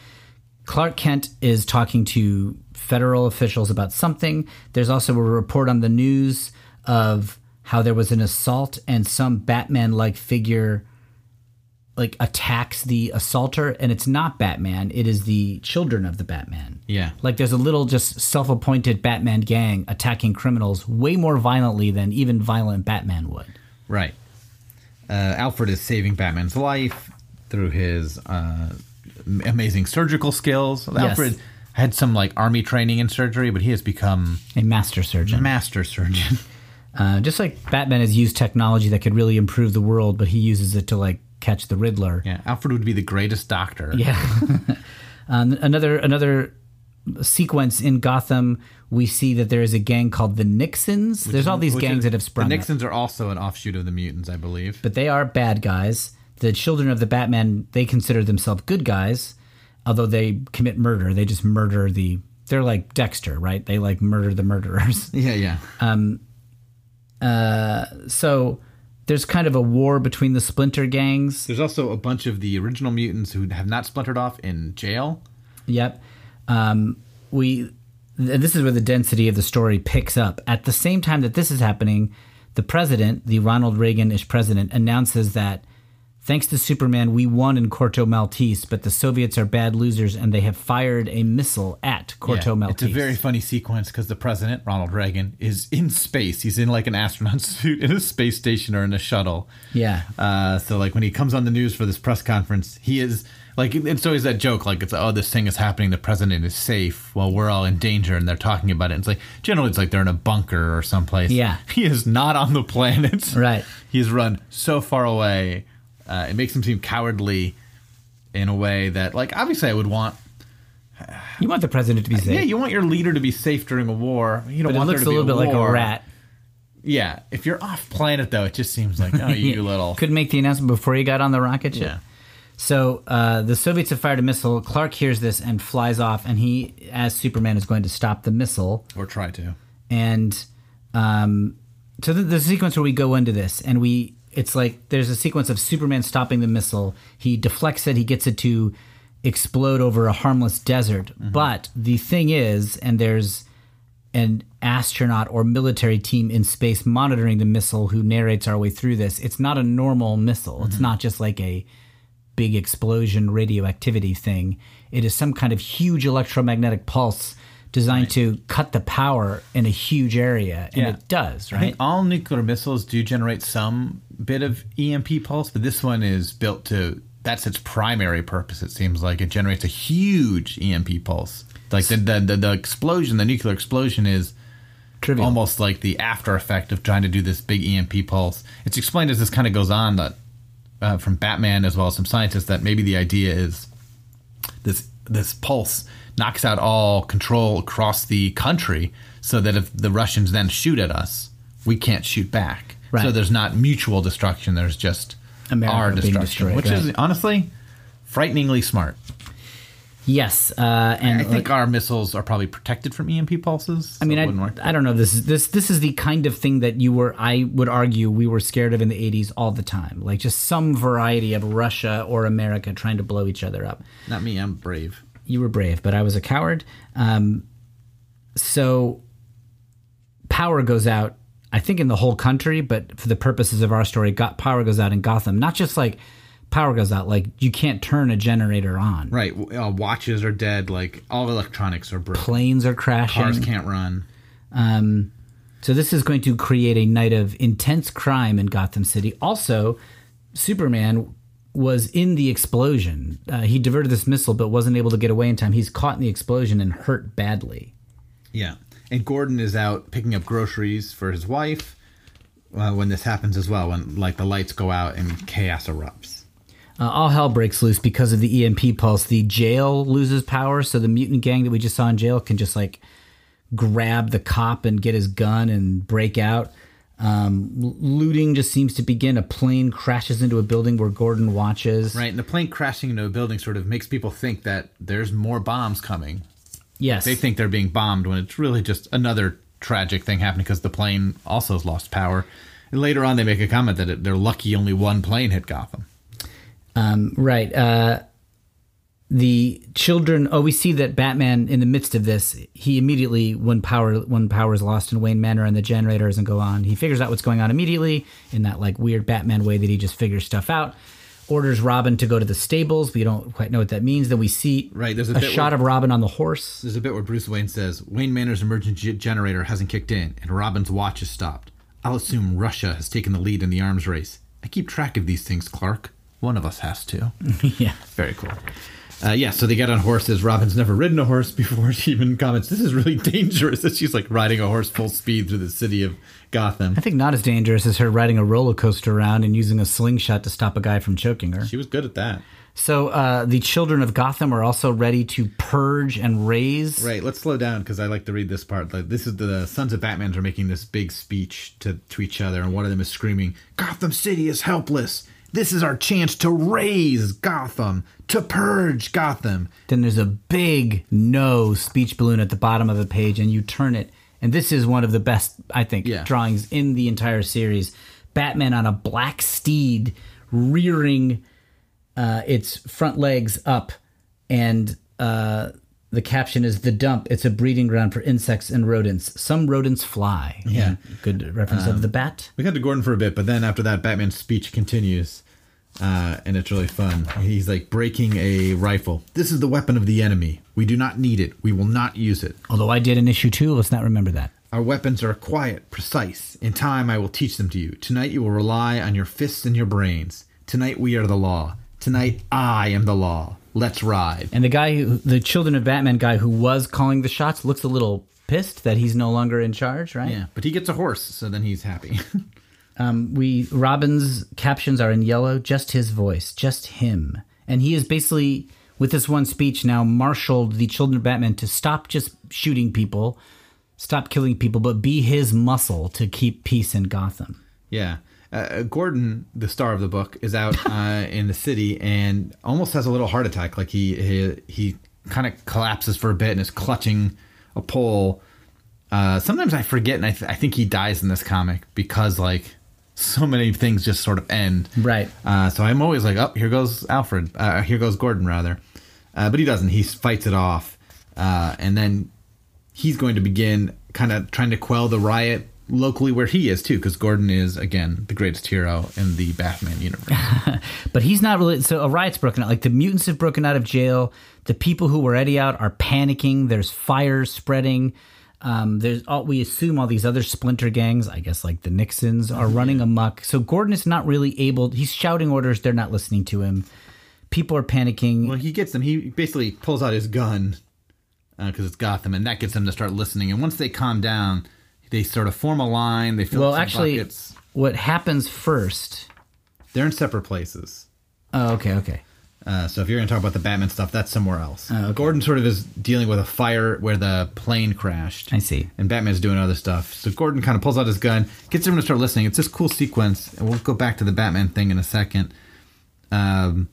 Speaker 1: Clark Kent is talking to federal officials about something. There's also a report on the news of how there was an assault and some Batman-like figure like attacks the assaulter and it's not Batman, it is the children of the Batman.
Speaker 5: Yeah.
Speaker 1: Like there's a little just self-appointed Batman gang attacking criminals way more violently than even violent Batman would.
Speaker 5: Right. Uh, Alfred is saving Batman's life through his uh, am- amazing surgical skills. Alfred had some like army training in surgery, but he has become
Speaker 1: A master surgeon.
Speaker 5: a master surgeon.
Speaker 1: Uh, just like Batman has used technology that could really improve the world, but he uses it to like catch the Riddler.
Speaker 5: yeah, Alfred would be the greatest doctor.
Speaker 1: Yeah. um, another another sequence in Gotham, we see that there is a gang called the Nixons. There's all these
Speaker 5: Which
Speaker 1: gangs
Speaker 5: is-
Speaker 1: that have sprung. up.
Speaker 5: The Nixons are also an offshoot of the mutants, I believe.
Speaker 1: but they are bad guys. The children of the Batman, they consider themselves good guys, although they commit murder. They just murder the. They're like Dexter, right? They like murder the murderers.
Speaker 5: yeah, yeah.
Speaker 1: So there's kind of a war between the splinter gangs.
Speaker 5: There's also a bunch of the original mutants who have not splintered off in jail.
Speaker 1: Yep. Um, we. th- This is where the density of the story picks up. At the same time that this is happening, the president, the Ronald Reagan-ish president, announces that thanks to Superman, we won in Corto Maltese, but the Soviets are bad losers and they have fired a missile at Corto
Speaker 5: Yeah,
Speaker 1: Maltese.
Speaker 5: It's a very funny sequence because the president, Ronald Reagan, is in space. He's in like an astronaut suit in a space station or in a shuttle.
Speaker 1: Yeah.
Speaker 5: Uh, so like when he comes on the news for this press conference, he is like it's always that joke like it's oh this thing is happening, the president is safe while we're all in danger, and they're talking about it. And it's like generally it's like they're in a bunker or someplace.
Speaker 1: Yeah.
Speaker 5: He is not on the planet.
Speaker 1: Right.
Speaker 5: He's run so far away. Uh, it makes him seem cowardly in a way that like obviously I would want
Speaker 1: you want the president to be safe.
Speaker 5: yeah, you want your leader to be safe during a war. You don't
Speaker 1: but it
Speaker 5: want
Speaker 1: looks
Speaker 5: there
Speaker 1: a
Speaker 5: to be
Speaker 1: little bit like a
Speaker 5: war.
Speaker 1: rat.
Speaker 5: Yeah, if you're off planet though, it just seems like oh, you little.
Speaker 1: Couldn't make the announcement before he got on the rocket ship.
Speaker 5: Yeah.
Speaker 1: So uh, the Soviets have fired a missile. Clark hears this and flies off, and he, as Superman, is going to stop the missile.
Speaker 5: Or try to.
Speaker 1: And um, so the, the sequence where we go into this, and we it's like there's a sequence of Superman stopping the missile. He deflects it. He gets it to explode over a harmless desert. But the thing is, and there's an astronaut or military team in space monitoring the missile who narrates our way through this. It's not a normal missile. It's not just like a big explosion radioactivity thing. It is some kind of huge electromagnetic pulse designed to cut the power in a huge area, and
Speaker 5: Yeah.
Speaker 1: it does,
Speaker 5: I
Speaker 1: right?
Speaker 5: think all nuclear missiles do generate some bit of EMP pulse, but this one is built to that's its primary purpose. It seems like it generates a huge EMP pulse. Like the the, the, the explosion, the nuclear explosion is
Speaker 1: Trivial.
Speaker 5: almost like the after effect of trying to do this big EMP pulse. It's explained as this kind of goes on that uh, from Batman as well as some scientists that maybe the idea is this this pulse knocks out all control across the country, so that if the Russians then shoot at us, we can't shoot back.
Speaker 1: Right.
Speaker 5: So there's not mutual destruction. There's just
Speaker 1: America
Speaker 5: our
Speaker 1: being
Speaker 5: destruction,
Speaker 1: destroyed,
Speaker 5: which is honestly frighteningly smart.
Speaker 1: Yes, uh, and
Speaker 5: I think our missiles are probably protected from EMP pulses.
Speaker 1: I mean, I, I don't know. if This is this this is the kind of thing that you were. I would argue we were scared of in the '80s all the time. Like just some variety of Russia or America trying to blow each other up.
Speaker 5: not me. I'm brave.
Speaker 1: You were brave, but I was a coward. Um, so power goes out. I think in the whole country, but for the purposes of our story, got power goes out in Gotham. Not just like power goes out. Like you can't turn a generator on.
Speaker 5: Right. w- Uh, watches are dead. Like all electronics are broken.
Speaker 1: Planes are crashing. Um,
Speaker 5: Cars can't run.
Speaker 1: So this is going to create a night of intense crime in Gotham City. Also, Superman was in the explosion. Uh, he diverted this missile, but wasn't able to get away in time. He's caught in the explosion and hurt badly.
Speaker 5: Yeah. And Gordon is out picking up groceries for his wife uh, when this happens as well. When like the lights go out and chaos erupts.
Speaker 1: Uh, all hell breaks loose because of the EMP pulse. The jail loses power, so the mutant gang that we just saw in jail can just like grab the cop and get his gun and break out. Um, l- looting just seems to begin. A plane crashes into a building where Gordon watches.
Speaker 5: Right. And the plane crashing into a building sort of makes people think that there's more bombs coming.
Speaker 1: Yes.
Speaker 5: They think they're being bombed when it's really just another tragic thing happening because the plane also has lost power. And later on, they make a comment that it, they're lucky only one plane hit Gotham.
Speaker 1: Right. Uh, the children. Oh, we see that Batman in the midst of this. He immediately when power when power is lost in Wayne Manor and the generator doesn't go on. He figures out what's going on immediately in that like weird Batman way that he just figures stuff out. Orders Robin to go to the stables. We don't quite know what that means. Then we see
Speaker 5: Right, there's a
Speaker 1: a,
Speaker 5: bit
Speaker 1: shot of
Speaker 5: where-
Speaker 1: Robin on the horse.
Speaker 5: There's a bit where Bruce Wayne says, Wayne Manor's emergency ge- generator hasn't kicked in, and Robin's watch has stopped. I'll assume Russia has taken the lead in the arms race. I keep track of these things, Clark. One of us has to.
Speaker 1: yeah.
Speaker 5: Very cool. Uh, yeah, so they get on horses. Robin's never ridden a horse before. She even comments, This is really dangerous. And she's like riding a horse full speed through the city of Gotham.
Speaker 1: I think not as dangerous as her riding a roller coaster around and using a slingshot to stop a guy from choking her.
Speaker 5: She was good at that.
Speaker 1: So uh, the children of Gotham are also ready to purge and raise.
Speaker 5: Right, let's slow down because I like to read this part. Like this is the Sons of Batman are making this big speech to to each other, and one of them is screaming, "Gotham City is helpless. This is our chance to raise Gotham, to purge Gotham."
Speaker 1: then there's a big no speech balloon at the bottom of the page and you turn it and this is one of the best i think
Speaker 5: Yeah.
Speaker 1: drawings in the entire series batman on a black steed rearing uh, its front legs up and uh, the caption is the dump it's a breeding ground for insects and rodents some rodents fly
Speaker 5: Yeah. Um,
Speaker 1: good reference of the bat
Speaker 5: We got to Gordon for a bit, but then after that, Batman's speech continues, uh, and it's really fun. He's like breaking a rifle. This is the weapon of the enemy. We do not need it. We will not use it.
Speaker 1: although i did an issue too let's not remember that
Speaker 5: Our weapons are quiet, precise. In time, I will teach them to you. Tonight, you will rely on your fists and your brains. Tonight, we are the law. Tonight, I am the law. Let's ride.
Speaker 1: And the guy, who, the Children of Batman guy who was calling the shots, looks a little pissed that he's no longer in charge, right?
Speaker 5: Yeah, but he gets a horse, so then he's happy.
Speaker 1: We Robin's captions are in yellow, just his voice, just him, and he is basically with this one speech now marshaled the Children of Batman to stop just shooting people, stop killing people, but be his muscle to keep peace in Gotham.
Speaker 5: yeah. Uh, Gordon, the star of the book, is out uh, in the city and almost has a little heart attack. Like he he, he kind of collapses for a bit and is clutching a pole. Uh, sometimes I forget, and I, th- I think he dies in this comic because like so many things just sort of end.
Speaker 1: Right.
Speaker 5: Uh, so I'm always like, oh, here goes Alfred. Uh, here goes Gordon, rather. Uh, but he doesn't. He fights it off. Uh, and then he's going to begin kind of trying to quell the riot locally where he is, too, because Gordon is, again, the greatest hero in the Batman universe.
Speaker 1: But he's not really. So a riot's broken out. Like the mutants have broken out of jail. The people who were already out are panicking. There's fires spreading. Um, there's all, we assume all these other splinter gangs, I guess like the Nixons, are running amok. So Gordon is not really able. He's shouting orders. They're not listening to him. People are panicking.
Speaker 5: Well, he gets them. He basically pulls out his gun because it's Gotham, and that gets them to start listening. And once they calm down, they sort of form a line. They fill
Speaker 1: well,
Speaker 5: up some
Speaker 1: actually,
Speaker 5: buckets.
Speaker 1: what happens first?
Speaker 5: they're in separate places.
Speaker 1: Oh, okay, okay.
Speaker 5: Uh, so if you're going to talk about the Batman stuff, that's somewhere else.
Speaker 1: Oh,
Speaker 5: Gordon sort of is dealing with a fire where the plane crashed.
Speaker 1: I see.
Speaker 5: And Batman's doing other stuff. So Gordon kind of pulls out his gun, gets everyone to start listening. It's this cool sequence, and we'll go back to the Batman thing in a second. Um,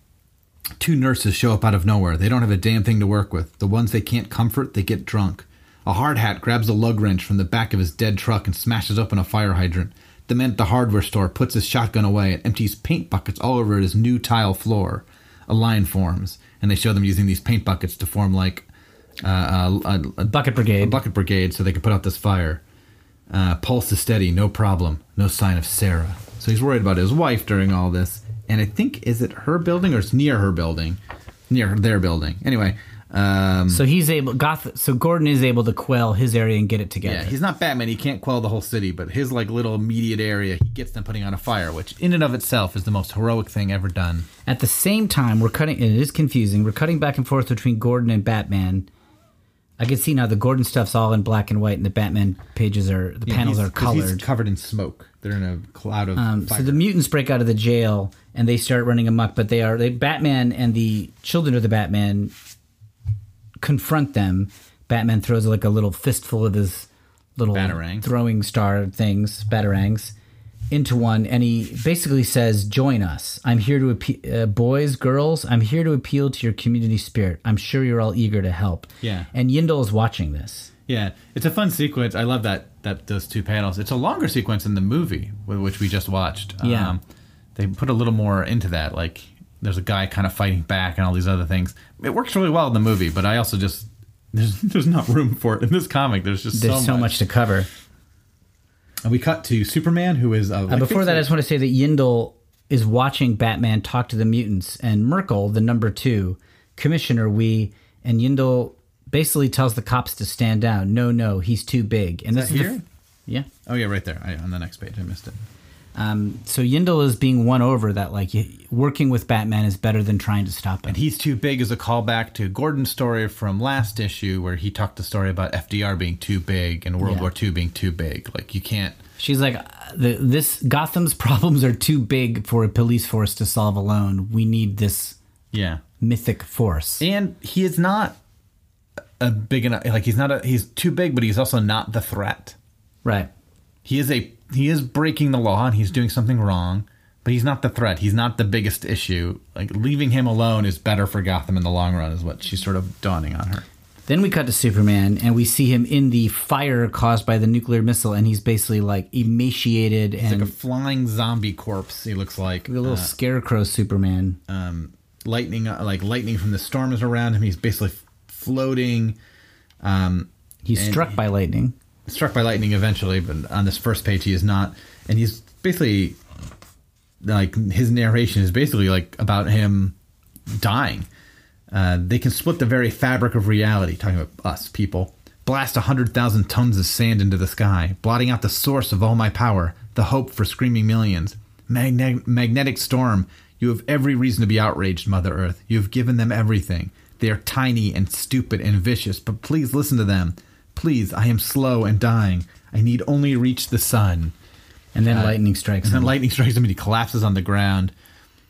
Speaker 5: two nurses show up out of nowhere. They don't have a damn thing to work with. The ones they can't comfort, they get drunk. A hard hat grabs a lug wrench from the back of his dead truck and smashes open a fire hydrant. The man at the hardware store puts his shotgun away and empties paint buckets all over his new tile floor. A line forms, and they show them using these paint buckets to form like uh, a, a, a
Speaker 1: Bucket Brigade.
Speaker 5: a bucket brigade so they could put out this fire. Uh, pulse is steady, no problem, no sign of Sarah. So he's worried about his wife during all this. And I think is it her building or it's near her building, near their building. Anyway, um,
Speaker 1: so he's able. Goth. So Gordon is able to quell his area and get it together.
Speaker 5: yeah, he's not Batman. He can't quell the whole city, but his like little immediate area, he gets them putting on a fire, which in and of itself is the most heroic thing ever done.
Speaker 1: At the same time, we're cutting, and it is confusing. We're cutting back and forth between Gordon and Batman. I can see now the Gordon stuff's all in black and white, and the Batman pages are, the panels
Speaker 5: He's-
Speaker 1: are
Speaker 5: 'cause he's
Speaker 1: colored. Um,
Speaker 5: covered in smoke. They're in a cloud of fire.
Speaker 1: So the mutants break out of the jail and they start running amok, but they are, they, Batman and the children of the Batman confront them. Batman throws like a little fistful of his little
Speaker 5: Batarang.
Speaker 1: throwing star things, batarangs, into one, and he basically says, "Join us. I'm here to appeal, uh, boys, girls. I'm here to appeal to your community spirit. I'm sure you're all eager to help."
Speaker 5: Yeah.
Speaker 1: And Yindle is watching this.
Speaker 5: Yeah, it's a fun sequence. I love that that those two panels. It's a longer sequence in the movie, wh- which we just watched. Um,
Speaker 1: Yeah.
Speaker 5: they put a little more into that. Like there's a guy kind of fighting back and all these other things. It works really well in the movie, but I also just there's there's not room for it in this comic. There's just
Speaker 1: There's
Speaker 5: so, much.
Speaker 1: to cover.
Speaker 5: And we cut to Superman, who is uh,
Speaker 1: Uh,
Speaker 5: like
Speaker 1: before that, I
Speaker 5: fixated-
Speaker 1: just want to say that Yindle is watching Batman talk to the mutants, and Merkel, the number two commissioner, we and Yindle basically tells the cops to stand down. No, no, he's too big. And
Speaker 5: that
Speaker 1: this is the
Speaker 5: here?
Speaker 1: f- yeah.
Speaker 5: oh yeah, right there I, on the next page. I missed it.
Speaker 1: So Yindle is being won over that like y- working with Batman is better than trying to stop him.
Speaker 5: And he's too big is a callback to Gordon's story from last issue, where he talked the story about FDR being too big and World
Speaker 1: Yeah.
Speaker 5: War II being too big. Like you can't.
Speaker 1: She's like, "Uh, "The- this Gotham's problems are too big for a police force to solve alone. We need this
Speaker 5: Yeah.
Speaker 1: mythic force.
Speaker 5: and he is not a big enough like he's not a he's too big but he's also not the threat
Speaker 1: right.
Speaker 5: he is a he is breaking the law and he's doing something wrong but he's not the threat he's not the biggest issue like leaving him alone is better for gotham in the long run is what she's sort of dawning on her
Speaker 1: Then we cut to Superman and we see him in the fire caused by the nuclear missile, and he's basically like emaciated and
Speaker 5: like a
Speaker 1: like
Speaker 5: flying zombie corpse he looks like
Speaker 1: a, little
Speaker 5: Uh,
Speaker 1: scarecrow Superman.
Speaker 5: lightning uh, like lightning from the storm is around him he's basically f- floating
Speaker 1: he's
Speaker 5: and
Speaker 1: struck by lightning.
Speaker 5: struck by lightning eventually, but on this first page he is not, and he's basically like his narration is basically like about him dying. Uh, they can split the very fabric of reality, talking about us people. Blast a hundred thousand tons of sand into the sky, blotting out the source of all my power, the hope for screaming millions. Magne- magnetic storm, you have every reason to be outraged, Mother Earth. You have given them everything. They are tiny and stupid and vicious, but please listen to them. Please, I am slow and dying. I need only reach the sun.
Speaker 1: And then lightning strikes
Speaker 5: Uh, And
Speaker 1: him.
Speaker 5: then lightning strikes him and he collapses on the ground.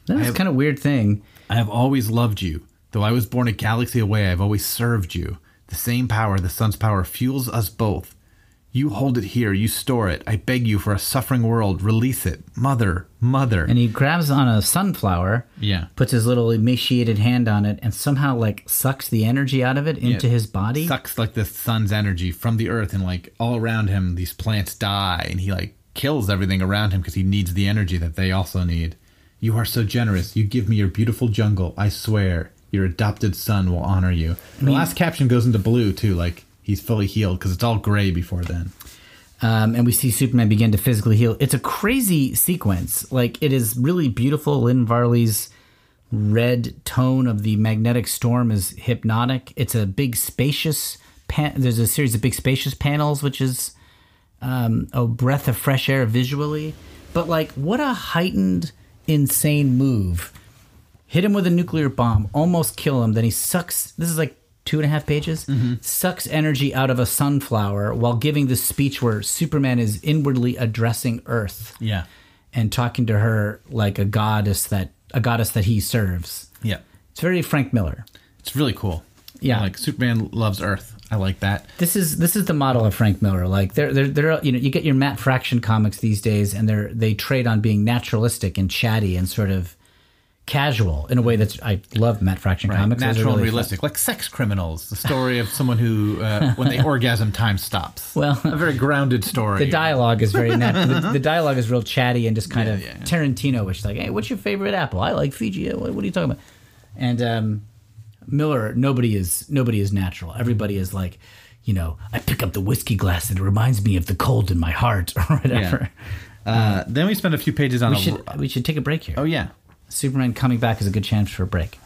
Speaker 1: That's kind of weird thing.
Speaker 5: I have always loved you. Though I was born a galaxy away, I have always served you. The same power, the sun's power, fuels us both. You hold it here, you store it. I beg you for a suffering world, release it. Mother, mother.
Speaker 1: And he grabs on a sunflower,
Speaker 5: Yeah.
Speaker 1: puts his little emaciated hand on it, and somehow like sucks the energy out of it into his body.
Speaker 5: sucks like the sun's energy from the earth and like all around him these plants die and he like
Speaker 6: kills everything around him because he needs the energy that they also need. You are so generous. You give me your beautiful jungle. I swear, your adopted son will honor you. The last caption goes into blue too, like he's fully healed because it's all gray before then.
Speaker 1: um, and we see Superman begin to physically heal. It's a crazy sequence. Like it is really beautiful. Lynn Varley's red tone of the magnetic storm is hypnotic. It's a big spacious. Pan- There's a series of big spacious panels, which is um, a breath of fresh air visually. But like, what a heightened, insane move! Hit him with a nuclear bomb, almost kill him. Then he sucks. This is like two and a half pages. Sucks energy out of a sunflower while giving this speech where Superman is inwardly addressing Earth
Speaker 6: Yeah.
Speaker 1: and talking to her like a goddess that a goddess that he serves.
Speaker 6: Yeah.
Speaker 1: It's very Frank Miller.
Speaker 6: It's really cool.
Speaker 1: Yeah.
Speaker 6: Like Superman loves Earth. I like that.
Speaker 1: This is this is the model of Frank Miller. Like they're they're, they're you know you get your Matt Fraction comics these days, and they're they trade on being naturalistic and chatty and sort of casual in a way that's I love Matt Fraction comics. Those are
Speaker 6: Natural and
Speaker 1: really fun.
Speaker 6: realistic, like sex criminals. The story of someone who, uh, when they orgasm, time stops.
Speaker 1: Well-
Speaker 6: a very grounded story.
Speaker 1: The dialogue is very nat- the, the dialogue is real chatty and just kind of
Speaker 6: yeah, yeah.
Speaker 1: Tarantino-ish. Like, hey, what's your favorite apple? I like Fiji. What, what are you talking about? And um, Miller, nobody is nobody is natural. Everybody is like, you know, I pick up the whiskey glass and it reminds me of the cold in my heart or whatever.
Speaker 6: Uh, then we spend a few pages on.
Speaker 1: We
Speaker 6: a,
Speaker 1: should we should take a break here.
Speaker 6: oh yeah,
Speaker 1: Superman coming back is a good chance for a break.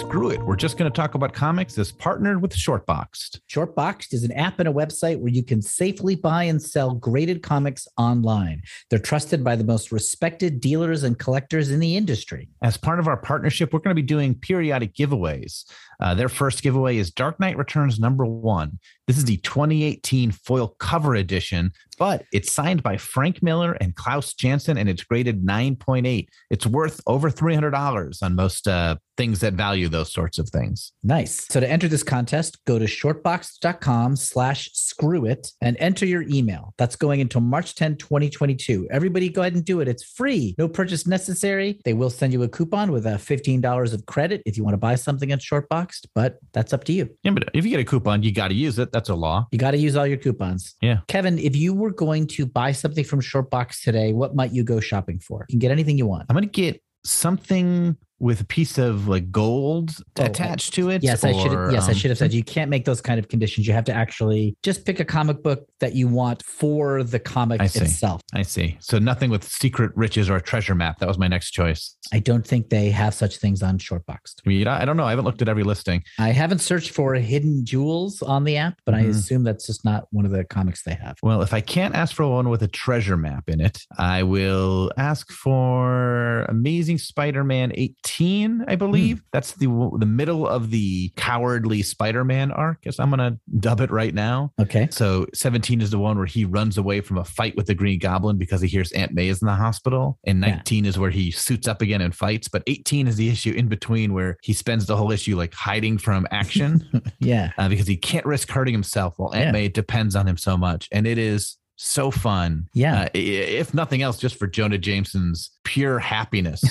Speaker 5: Screw it. We're just going to talk about comics that's partnered with Shortboxed.
Speaker 1: Shortboxed is an app and a website where you can safely buy and sell graded comics online. They're trusted by the most respected dealers and collectors in the industry.
Speaker 5: As part of our partnership, we're going to be doing periodic giveaways. Uh, their first giveaway is Dark Knight Returns number one. This is the 2018 foil cover edition, but it's signed by Frank Miller and Klaus Janson, and it's graded 9.8. It's worth over $300 on most uh, things that value those sorts of things.
Speaker 1: Nice. So to enter this contest, go to shortbox.com slash screw it and enter your email. That's going until March 10, 2022. Everybody go ahead and do it. It's free. No purchase necessary. They will send you a coupon with a $15 of credit if you want to buy something at Shortboxed, but that's up to you.
Speaker 5: Yeah, but if you get a coupon, you got to use it. That's a law.
Speaker 1: You got to use all your coupons.
Speaker 5: Yeah.
Speaker 1: Kevin, if you were going to buy something from Shortbox today, what might you go shopping for? You can get anything you want.
Speaker 5: I'm going to get something with a piece of like gold
Speaker 1: Oh, I-
Speaker 5: attached to it.
Speaker 1: Yes, I
Speaker 5: or,
Speaker 1: should. Yes, I
Speaker 5: um,
Speaker 1: should have said you can't make those kind of conditions. You have to actually just pick a comic book that you want for the comic
Speaker 5: I see.
Speaker 1: itself.
Speaker 5: I see. So nothing with secret riches or a treasure map. That was my next choice.
Speaker 1: I don't think they have such things on Shortboxed.
Speaker 5: I, mean, I don't know. I haven't looked at every listing.
Speaker 1: I haven't searched for hidden jewels on the app, but I
Speaker 5: Mhm.
Speaker 1: assume that's just not one of the comics they have.
Speaker 5: Well, if I can't ask for one with a treasure map in it, I will ask for Amazing Spider-Man 18. I believe
Speaker 1: Hmm.
Speaker 5: that's the the middle of the cowardly Spider-Man arc. As I'm gonna dub it right now.
Speaker 1: Okay.
Speaker 5: So 17 is the one where he runs away from a fight with the Green Goblin because he hears Aunt May is in the hospital. And
Speaker 1: Yeah.
Speaker 5: 19 is where he suits up again and fights. But 18 is the issue in between where he spends the whole issue like hiding from action
Speaker 1: Yeah.
Speaker 5: uh, because he can't risk hurting himself while Aunt
Speaker 1: Yeah.
Speaker 5: May depends on him so much. And it is so fun.
Speaker 1: Yeah.
Speaker 5: Uh, i- if nothing else, just for Jonah Jameson's pure happiness.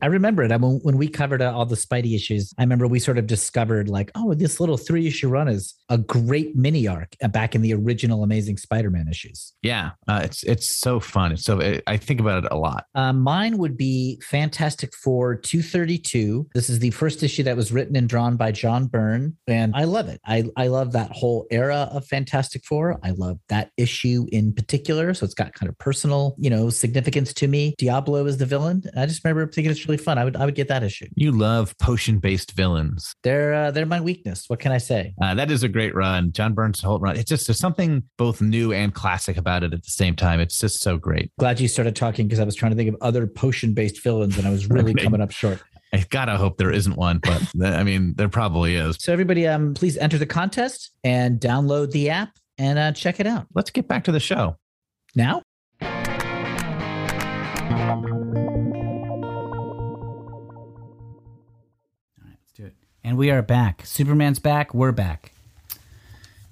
Speaker 1: I remember it. I mean, when we covered uh, all the Spidey issues, I remember we sort of discovered like, oh, this little three issue run is a great mini arc uh, back in the original Amazing Spider-Man issues.
Speaker 5: yeah. Uh, it's, it's so fun. It's so, uh, I- I think about it a lot.
Speaker 1: Uh, mine would be Fantastic Four 232. This is the first issue that was written and drawn by John Byrne. And I love it. I, I love that whole era of Fantastic Four. I love that issue in particular. So it's got kind of personal, you know, significance to me. Diablo is the villain. I just remember thinking it's really fun. I would I would get that issue.
Speaker 5: You love potion based villains.
Speaker 1: They're uh, they're my weakness. What can I say?
Speaker 5: Uh, that is a great run. John Burns' whole run. It's just there's something both new and classic about it at the same time. It's just so great.
Speaker 1: Glad you started talking because I was trying to think of other potion based villains and I was really
Speaker 5: Right.
Speaker 1: coming up short.
Speaker 5: I gotta hope there isn't one, but th- I mean, there probably is.
Speaker 1: So everybody, um, please enter the contest and download the app and uh, check it out
Speaker 5: Let's get back to the show.
Speaker 1: now.
Speaker 6: let's do it.
Speaker 1: And we are back. Superman's back. We're back.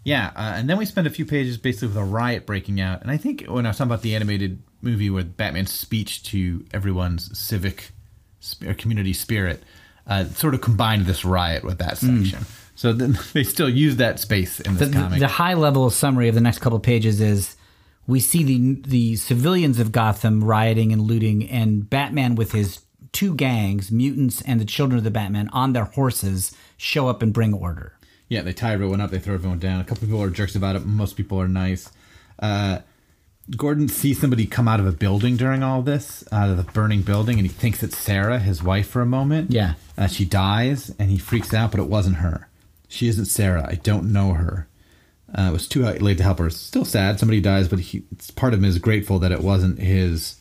Speaker 6: Yeah, uh, and then we spend a few pages basically with a riot breaking out. And I think when I was talking about the animated movie with Batman's speech to everyone's
Speaker 5: Hmm.
Speaker 6: civic sp- or community spirit, uh, sort of combined this riot with that section.
Speaker 5: So then they still use that space in
Speaker 1: The, the,
Speaker 5: this comic.
Speaker 1: the high level summary of the next couple pages is we see the the civilians of Gotham rioting and looting, and Batman with his two gangs, mutants and the children of the Batman, on their horses show up and bring order.
Speaker 5: Yeah, they tie everyone up. They throw everyone down. A couple people are jerks about it. Most people are nice. Uh, Gordon sees somebody come out of a building during all this, out of the burning building, and he thinks it's Sarah, his wife, for a moment.
Speaker 1: Yeah.
Speaker 5: Uh, she dies, and he freaks out, but it wasn't her. She isn't Sarah. I don't know her. Uh, it was too late to help her. It's Still sad. Somebody dies, but he, it's part of him is grateful that it wasn't his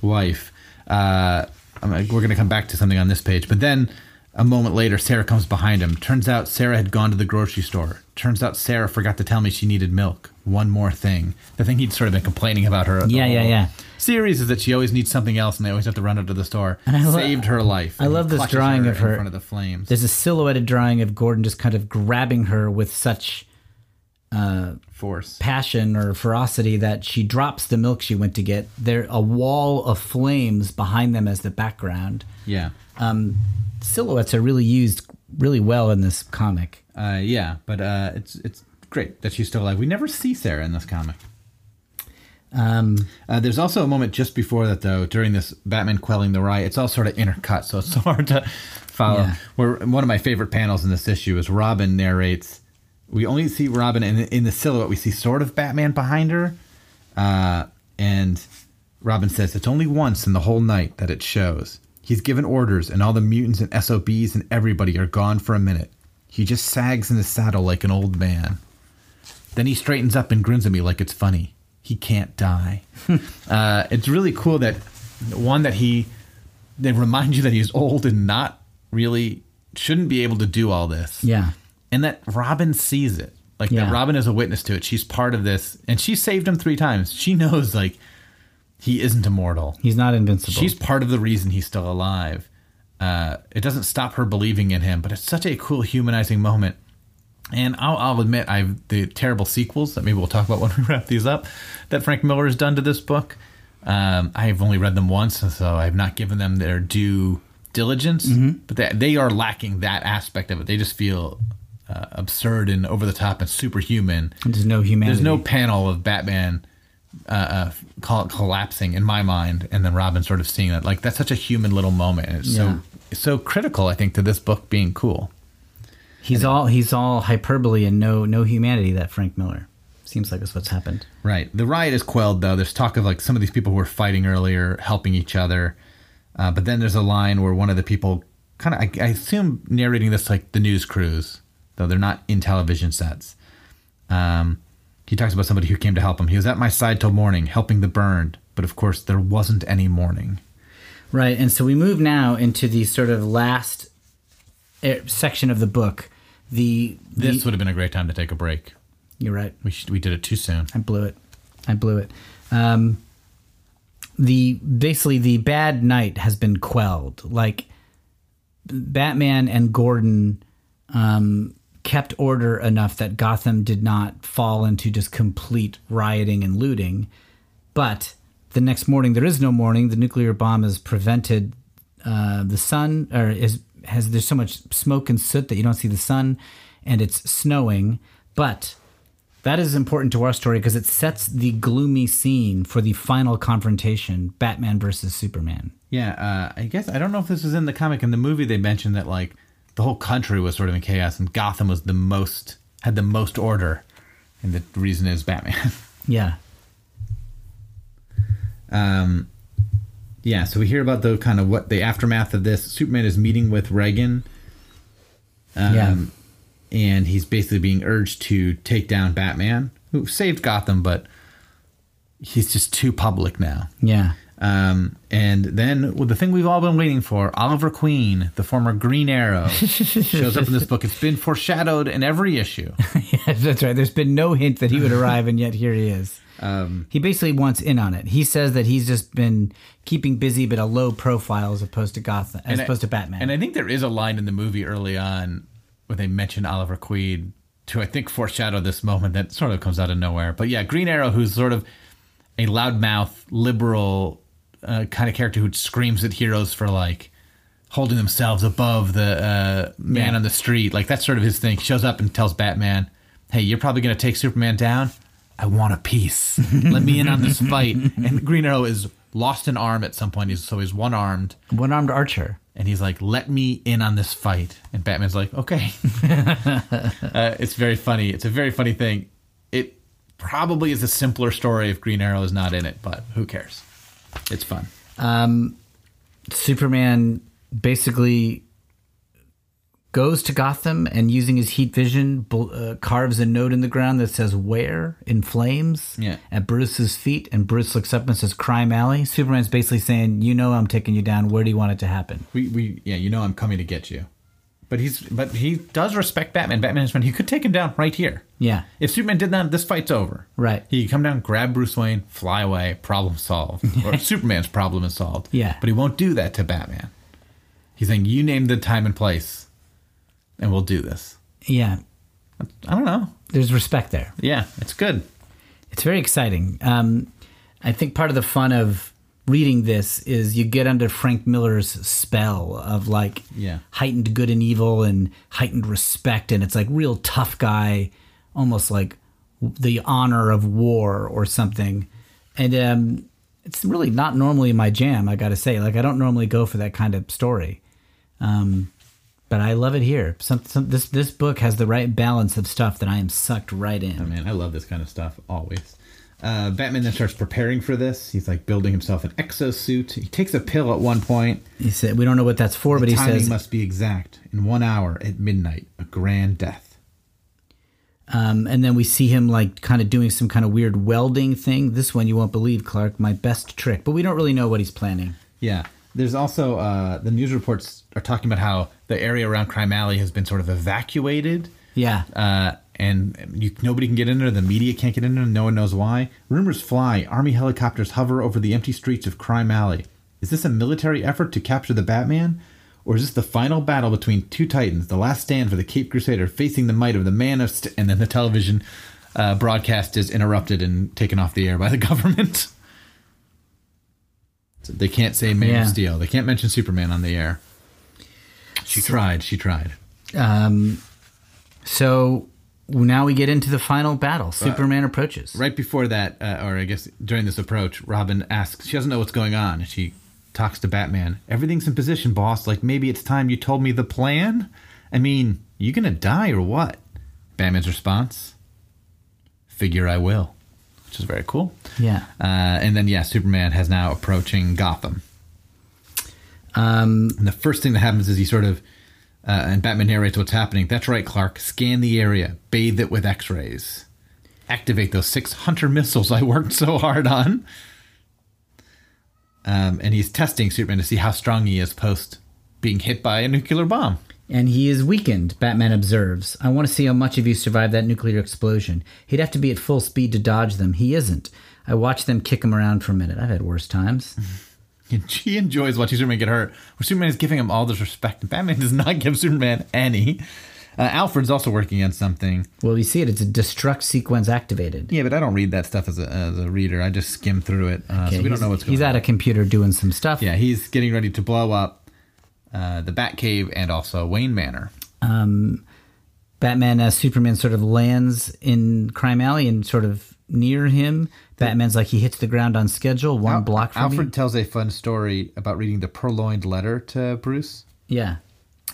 Speaker 5: wife. Uh, I'm, we're going to come back to something on this page. But then a moment later, Sarah comes behind him. Turns out Sarah had gone to the grocery store. Turns out Sarah forgot to tell me she needed milk. One more thing. The thing he'd sort of been complaining about her. the
Speaker 1: Yeah, yeah,
Speaker 5: whole
Speaker 1: yeah.
Speaker 5: Series is that she always needs something else, and they always have to run out to the store.
Speaker 1: I lo-
Speaker 5: Saved her life.
Speaker 1: I
Speaker 5: And he
Speaker 1: love this
Speaker 5: clutches
Speaker 1: drawing of her.
Speaker 5: in front of the flames.
Speaker 1: There's a silhouetted drawing of Gordon just kind of grabbing her with such
Speaker 5: force.
Speaker 1: passion or ferocity that she drops the milk she went to get. There, a wall of flames behind them as the background.
Speaker 5: Yeah.
Speaker 1: Silhouettes are really used really well in this comic.
Speaker 5: Uh, yeah, but uh, it's it's great that she's still alive. We never see Sarah in this comic.
Speaker 1: Um,
Speaker 5: Uh, there's also a moment just before that, though, during this Batman quelling the riot. It's all sort of intercut, so it's so hard to follow.
Speaker 1: Yeah.
Speaker 5: Where one of my favorite panels in this issue is Robin narrates. We only see Robin in, in the silhouette. We see sort of Batman behind her, uh, and Robin says it's only once in the whole night that it shows. He's given orders, and all the mutants and SOBs and everybody are gone for a minute. He just sags in his saddle like an old man. Then he straightens up and grins at me like it's funny. He can't die. uh, it's really cool that one that he they remind you that he's old and not really shouldn't be able to do all this.
Speaker 1: yeah.
Speaker 5: And that Robin sees it. Like
Speaker 1: Yeah.
Speaker 5: that Robin is a witness to it. She's part of this. And she saved him three times. She knows like he isn't immortal.
Speaker 1: He's not invincible.
Speaker 5: She's part of the reason he's still alive. Uh, it doesn't stop her believing in him, but it's such a cool humanizing moment. And I'll, I'll admit, I've the terrible sequels that maybe we'll talk about when we wrap these up that Frank Miller has done to this book. Um, I have only read them once, and so I've not given them their due diligence. But they, they are lacking that aspect of it. They just feel uh, absurd and over the top and superhuman.
Speaker 1: There's no humanity.
Speaker 5: There's no panel of Batman uh, uh, call it collapsing in my mind, and then Robin sort of seeing that. Like that's such a human little moment. and It's
Speaker 1: Yeah.
Speaker 5: so it's so critical, I think, to this book being cool.
Speaker 1: He's all he's all hyperbole and no no humanity. That Frank Miller seems like is what's happened.
Speaker 5: Right. The riot is quelled, though. There's talk of like some of these people who were fighting earlier helping each other, uh, but then there's a line where one of the people kind of I, I assume narrating this like the news crews, though they're not in television sets. Um, he talks about somebody who came to help him. He was at my side till morning, helping the burned, but of course there wasn't any morning.
Speaker 1: Right, and so we move now into the sort of last eh, section of the book. The, the
Speaker 5: This would have been a great time to take a break.
Speaker 1: you're right.
Speaker 5: We should, we did it too soon.
Speaker 1: I blew it. I blew it. Um, the basically the bad night has been quelled. Like Batman and Gordon um, kept order enough that Gotham did not fall into just complete rioting and looting. But the next morning, there is no morning. The nuclear bomb has prevented uh, the sun, or is has there's so much smoke and soot that you don't see the sun, and it's snowing. But that is important to our story because it sets the gloomy scene for the final confrontation: Batman versus Superman.
Speaker 5: Yeah, uh, I guess I don't know if this was in the comic. In the movie, they mentioned that like the whole country was sort of in chaos, and Gotham was the most had the most order, and the reason is Batman.
Speaker 1: Yeah,
Speaker 5: um, yeah, so we hear about the kind of what the aftermath of this. Superman is meeting with Reagan,
Speaker 1: yeah.
Speaker 5: Um, and he's basically being urged to take down Batman, who saved Gotham, but he's just too public now.
Speaker 1: Yeah.
Speaker 5: Um, and then well, the thing we've all been waiting for, Oliver Queen, the former Green Arrow, shows up in this book. It's been foreshadowed in every issue.
Speaker 1: yeah, that's right. There's been no hint that he would arrive, and yet here he is.
Speaker 5: Um,
Speaker 1: he basically wants in on it. He says that he's just been keeping busy, but a low profile as opposed to Gotham, as
Speaker 5: And I-
Speaker 1: opposed to Batman.
Speaker 5: And I think there is a line in the movie early on where they mention Oliver Queen to, I think, foreshadow this moment that sort of comes out of nowhere. But yeah, Green Arrow, who's sort of a loudmouth, liberal uh, kind of character who screams at heroes for like holding themselves above the uh, man on the street. Like that's sort of his thing. He shows up and tells Batman, "Hey, you're probably going to take Superman down. I want a piece. Let me in on this fight." And Green Arrow is lost an arm at some point. He's so he's one armed,
Speaker 1: One armed archer.
Speaker 5: and he's like, "Let me in on this fight." And Batman's like, "Okay." uh, it's very funny. It's a very funny thing. It probably is a simpler story if Green Arrow is not in it, but who cares? It's fun.
Speaker 1: Superman basically goes to Gotham and using his heat vision bl- uh, carves a note in the ground that says "Where" in flames
Speaker 5: Yeah.
Speaker 1: at Bruce's feet, and Bruce looks up and says "Crime Alley." Superman's basically saying, "You know I'm taking you down. Where do you want it to happen?"
Speaker 5: we, we yeah you know i'm coming to get you but he's but he does respect batman batman is friend he could take him down right here
Speaker 1: Yeah,
Speaker 5: if superman did that this fight's over
Speaker 1: Right.
Speaker 5: he could come down grab bruce wayne fly away problem solved or superman's problem is solved
Speaker 1: Yeah.
Speaker 5: but he won't do that to batman he's saying you name the time and place and we'll do this
Speaker 1: yeah.
Speaker 5: i don't know
Speaker 1: There's respect there.
Speaker 5: yeah it's good
Speaker 1: It's very exciting. Um, I think part of the fun of reading this is you get under Frank Miller's spell of like
Speaker 5: Yeah.
Speaker 1: heightened good and evil and heightened respect, and it's like real tough guy, almost like w- the honor of war or something. And um, it's really not normally my jam. I got to say, like I don't normally go for that kind of story. Um, but I love it here. Some, some, this this book has the right balance of stuff that I am sucked right in.
Speaker 5: man i love this kind of stuff always uh, batman then starts preparing for this he's like building himself an exosuit he takes a pill at one point
Speaker 1: He said, "We don't know what that's for," but he
Speaker 5: timing
Speaker 1: says,
Speaker 5: must be exact. In one hour at midnight, a grand death.
Speaker 1: um, and then we see him like kind of doing some kind of weird welding thing. This one you won't believe, Clark. My best trick, but we don't really know what he's planning.
Speaker 5: Yeah. There's also uh, the news reports are talking about how the area around Crime Alley has been sort of evacuated,
Speaker 1: Yeah,
Speaker 5: uh, and you, nobody can get in there. The media can't get in there. No one knows why. Rumors fly. Army helicopters hover over the empty streets of Crime Alley. Is this a military effort to capture the Batman? Or is this the final battle between two titans, the last stand for the Cape Crusader facing the might of the man of... St- and then the television uh, broadcast is interrupted and taken off the air by the government. So they can't say Man
Speaker 1: Yeah.
Speaker 5: of Steel. They can't mention Superman on the air. She tried. She tried.
Speaker 1: so now we get into the final battle. Superman approaches.
Speaker 5: right before that, uh, or I guess during this approach, Robin asks, she doesn't know what's going on. and She talks to Batman. Everything's in position, boss. Like, maybe it's time you told me the plan? I mean, you gonna die or what? Batman's response, figure I will, which is very cool.
Speaker 1: Yeah.
Speaker 5: Uh, and then, yeah, Superman has now approaching Gotham. Um, and the first thing that happens is he sort of, uh, and Batman narrates what's happening. That's right, Clark. Scan the area, bathe it with x rays activate those six hunter missiles I worked so hard on. Um, and he's testing Superman to see how strong he is post being hit by a nuclear bomb.
Speaker 1: And he is weakened, Batman observes. I want to see how much of you survived that nuclear explosion. He'd have to be at full speed to dodge them. He isn't. I watched them kick him around for a minute. I've had worse times.
Speaker 5: And she enjoys watching Superman get hurt. Where Superman is giving him all this respect, and Batman does not give Superman any. Uh, Alfred's also working on something.
Speaker 1: well, we see it. It's a destruct sequence activated.
Speaker 5: Yeah, but I don't read that stuff as a, as a reader. I just skim through it, uh, so we don't
Speaker 1: he's-
Speaker 5: know what's going
Speaker 1: He's
Speaker 5: on.
Speaker 1: at a computer doing some stuff.
Speaker 5: yeah, he's getting ready to blow up uh, the Batcave and also Wayne Manor.
Speaker 1: Batman as Superman sort of lands in Crime Alley and sort of near him. Batman's like he hits the ground on schedule, one
Speaker 5: Al-
Speaker 1: block from
Speaker 5: Alfred
Speaker 1: me.
Speaker 5: tells a fun story about reading the purloined letter to Bruce,
Speaker 1: Yeah.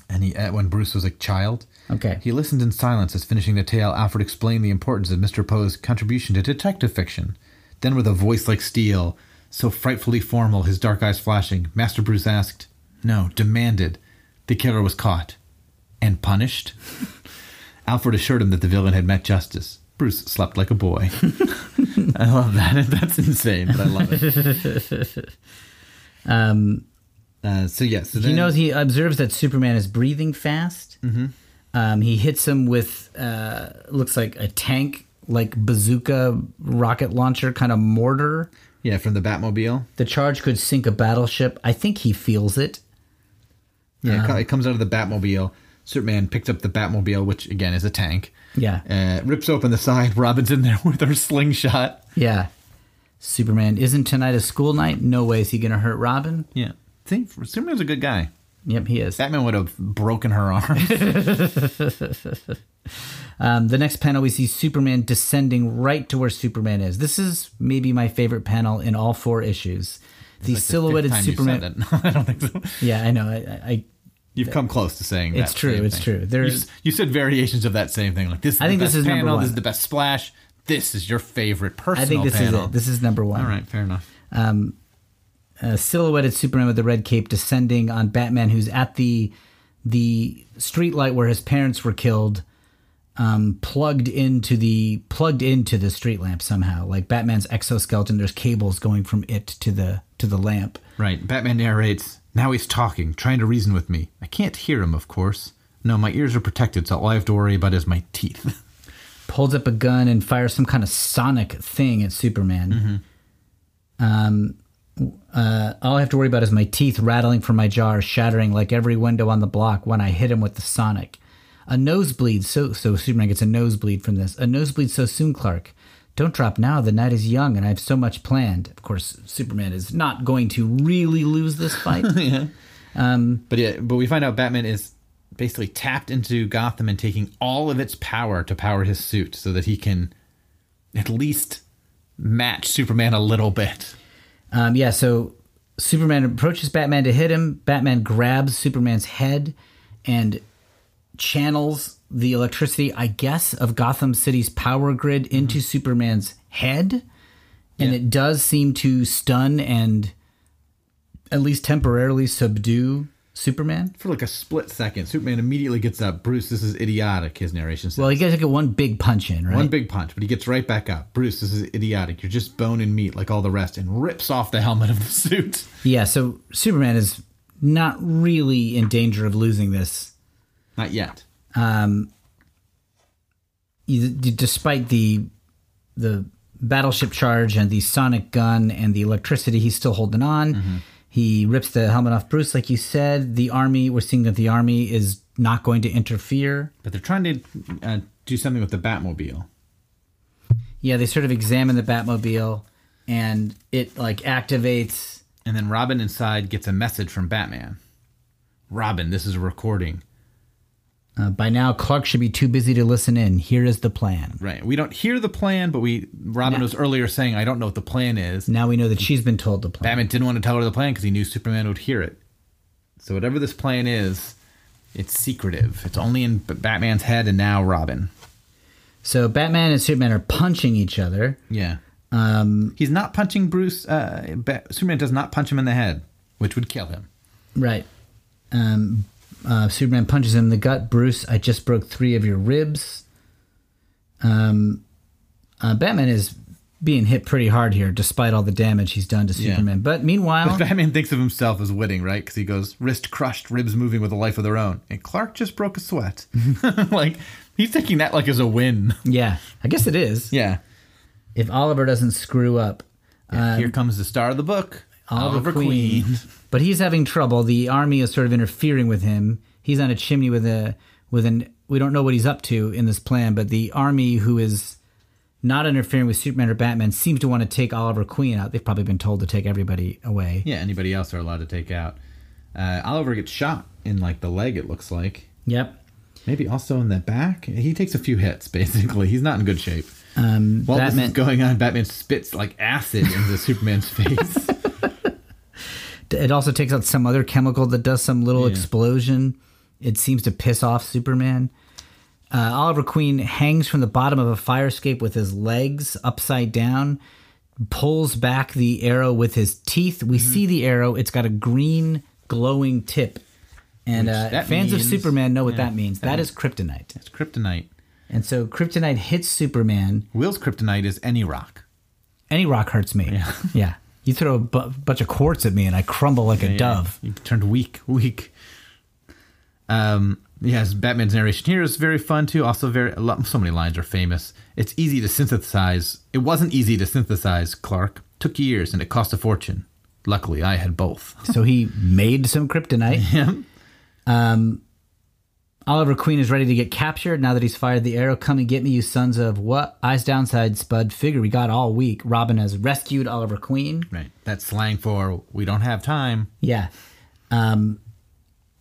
Speaker 5: and he uh, when Bruce was a child.
Speaker 1: Okay.
Speaker 5: He listened in silence as finishing the tale. Alfred explained the importance of Mr. Poe's contribution to detective fiction. Then, with a voice like steel, so frightfully formal, his dark eyes flashing, Master Bruce asked, "No, demanded." The killer was caught, and punished. Alfred assured him that the villain had met justice. Bruce slept like a boy. I love that. That's insane, but I love it. Uh, so yes, so
Speaker 1: He
Speaker 5: then-
Speaker 1: knows he observes that Superman is breathing fast. Mm-hmm. Um, he hits him with uh, looks like a tank, like bazooka rocket launcher kind of mortar.
Speaker 5: Yeah, from the Batmobile.
Speaker 1: The charge could sink a battleship. I think he feels it.
Speaker 5: Yeah, it co- it comes out of the Batmobile. Superman picks up the Batmobile, which again is a tank.
Speaker 1: Yeah.
Speaker 5: Uh, rips open the side. Robin's in there with her slingshot.
Speaker 1: Yeah. Superman isn't tonight a school night. No way is he going to hurt Robin.
Speaker 5: Yeah. See, Superman's a good guy.
Speaker 1: Yep, he is.
Speaker 5: Batman would have broken her arm.
Speaker 1: Um, the next panel, we see Superman descending right to where Superman is. This is maybe my favorite panel in all four issues. The silhouetted Superman.
Speaker 5: I don't think so.
Speaker 1: Yeah, I know. I, I
Speaker 5: You've come close to saying
Speaker 1: It's
Speaker 5: that
Speaker 1: true,
Speaker 5: same
Speaker 1: it's
Speaker 5: thing.
Speaker 1: true. There's-
Speaker 5: you, s- you said variations of that same thing. Like this. Is
Speaker 1: I
Speaker 5: the
Speaker 1: think this
Speaker 5: best
Speaker 1: is number
Speaker 5: panel. This
Speaker 1: one.
Speaker 5: is the best splash. This is your favorite
Speaker 1: I
Speaker 5: personal.
Speaker 1: think this
Speaker 5: panel.
Speaker 1: is it. This is number one.
Speaker 5: All right, fair enough.
Speaker 1: A silhouetted Superman with the red cape descending on Batman, who's at the the streetlight where his parents were killed, um, plugged into the plugged into the street lamp somehow. Like Batman's exoskeleton, there's cables going from it to the to the lamp.
Speaker 5: Right. Batman narrates. Now he's talking, trying to reason with me. I can't hear him, of course. No, my ears are protected, so all I have to worry about is my teeth.
Speaker 1: Pulls up a gun and fires some kind of sonic thing at Superman. Um, uh, all I have to worry about is my teeth rattling from my jaws, shattering like every window on the block when I hit him with the sonic. A nosebleed, so so Superman gets a nosebleed from this. A nosebleed so soon, Clark. Don't drop now. The night is young, and I have so much planned. Of course, Superman is not going to really lose this fight.
Speaker 5: But yeah, but we find out Batman is basically tapped into Gotham and taking all of its power to power his suit so that he can at least match Superman a little bit.
Speaker 1: Um, yeah, so Superman approaches Batman to hit him. Batman grabs Superman's head and channels the electricity, I guess, of Gotham City's power grid into Superman's head. And it does seem to stun and at least temporarily subdue Superman.
Speaker 5: For like a split second, Superman immediately gets up. Bruce, this is idiotic, his narration says.
Speaker 1: Well, he gets to get one big punch in, right?
Speaker 5: One big punch, but he gets right back up. Bruce, this is idiotic. You're just bone and meat like all the rest, and rips off the helmet of the suit.
Speaker 1: yeah, so Superman is not really in danger of losing this
Speaker 5: Not yet.
Speaker 1: you- d- despite the the battleship charge and the sonic gun and the electricity, he's still holding on. He rips the helmet off Bruce, like you said. The army, we're seeing that the army is not going to interfere.
Speaker 5: But they're trying to uh, do something with the Batmobile.
Speaker 1: Yeah, they sort of examine the Batmobile, and it like activates.
Speaker 5: And then Robin inside gets a message from Batman Robin, this is a recording.
Speaker 1: Uh, by now, Clark should be too busy to listen in. Here is the plan.
Speaker 5: Right. We don't hear the plan, but we Robin was earlier saying, "I don't know what the plan is."
Speaker 1: Now we know that she's been told the plan.
Speaker 5: Batman didn't want to tell her the plan because he knew Superman would hear it. So whatever this plan is, it's secretive. It's only in B- Batman's head and now Robin.
Speaker 1: So Batman and Superman are punching each other.
Speaker 5: Yeah. Um, He's not punching Bruce. Uh, Ba- Superman does not punch him in the head, which would kill him.
Speaker 1: Right. Um, uh, Superman punches him in the gut. Bruce, I just broke three of your ribs. Um, uh, Batman is being hit pretty hard here, despite all the damage he's done to
Speaker 5: Yeah.
Speaker 1: Superman. But meanwhile,
Speaker 5: Batman thinks of himself as winning, right? Because he goes wrist crushed, ribs moving with a life of their own, and Clark just broke a sweat. like he's taking that like as a win.
Speaker 1: yeah, I guess it is.
Speaker 5: Yeah.
Speaker 1: If Oliver doesn't screw up,
Speaker 5: Yeah, Here comes the star of the book,
Speaker 1: Oliver, Queen. But he's having trouble. The army is sort of interfering with him. He's on a chimney with a with an. We don't know what he's up to in this plan, but the army who is not interfering with Superman or Batman seems to want to take Oliver Queen out. They've probably been told to take everybody away.
Speaker 5: Yeah, anybody else are allowed to take out. Uh, Oliver gets shot in like the leg, it looks like.
Speaker 1: Yep.
Speaker 5: Maybe also in the back. He takes a few hits, basically. He's not in good shape.
Speaker 1: Um,
Speaker 5: While this
Speaker 1: Batman
Speaker 5: is going on, Batman spits like acid into Superman's face.
Speaker 1: it also takes out some other chemical that does some little explosion. It seems to piss off Superman. Uh, Oliver Queen hangs from the bottom of a fire escape with his legs upside down, pulls back the arrow with his teeth. We see the arrow, it's got a green glowing tip. And uh,
Speaker 5: that
Speaker 1: fans of
Speaker 5: means-
Speaker 1: Superman know what that means. that is kryptonite.
Speaker 5: It's kryptonite.
Speaker 1: And so kryptonite hits Superman.
Speaker 5: Will's kryptonite is any rock.
Speaker 1: Any rock hurts me. Yeah. You throw a bu- bunch of quartz at me and I crumble like a dove.
Speaker 5: You turned weak, weak. Um, yes, Batman's narration here is very fun too. Also, very a lot, so many lines are famous. It's easy to synthesize. It wasn't easy to synthesize. Clark took years, and it cost a fortune. Luckily, I had both.
Speaker 1: so he made some kryptonite. Um, Oliver Queen is ready to get captured now that he's fired the arrow. Come and get me, you sons of what? Eyes downside, Spud. Figure we got all week. Robin has rescued Oliver Queen.
Speaker 5: Right. That's slang for we don't have time.
Speaker 1: Yeah. Um,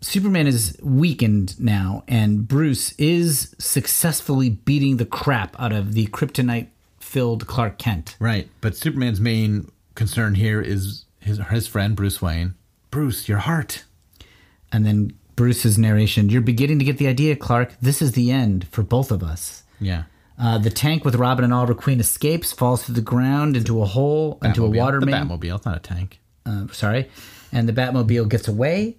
Speaker 1: Superman is weakened now, and Bruce is successfully beating the crap out of the kryptonite filled Clark Kent.
Speaker 5: Right. But Superman's main concern here is his his friend Bruce Wayne. Bruce, your heart.
Speaker 1: And then Bruce's narration You're beginning to get the idea, Clark. This is the end for both of us.
Speaker 5: Yeah.
Speaker 1: Uh, the tank with Robin and Oliver Queen escapes, falls through the ground into a hole, into a
Speaker 5: Batmobile.
Speaker 1: water
Speaker 5: the
Speaker 1: main.
Speaker 5: Batmobile. It's not a tank.
Speaker 1: uh, sorry, and the Batmobile gets away.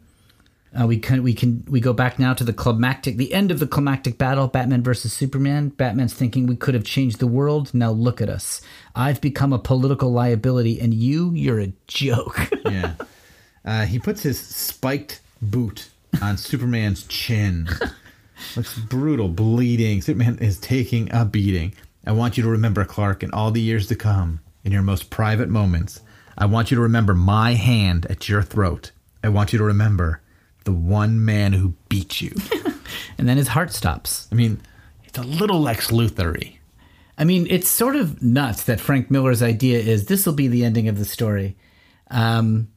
Speaker 1: Uh, we can we can we go back now to the climactic the end of the climactic battle Batman versus Superman. Batman's thinking we could have changed the world. Now look at us. I've become a political liability, and you you're a joke.
Speaker 5: Yeah. Uh, he puts his spiked boot on Superman's chin. Looks brutal, bleeding. Superman is taking a beating. I want you to remember, Clark, in all the years to come, in your most private moments, I want you to remember my hand at your throat. I want you to remember the one man who beat you.
Speaker 1: and then his heart stops.
Speaker 5: I mean, it's a little Lex Luthery.
Speaker 1: I mean, it's sort of nuts that Frank Miller's idea is this will be the ending of the story. Um,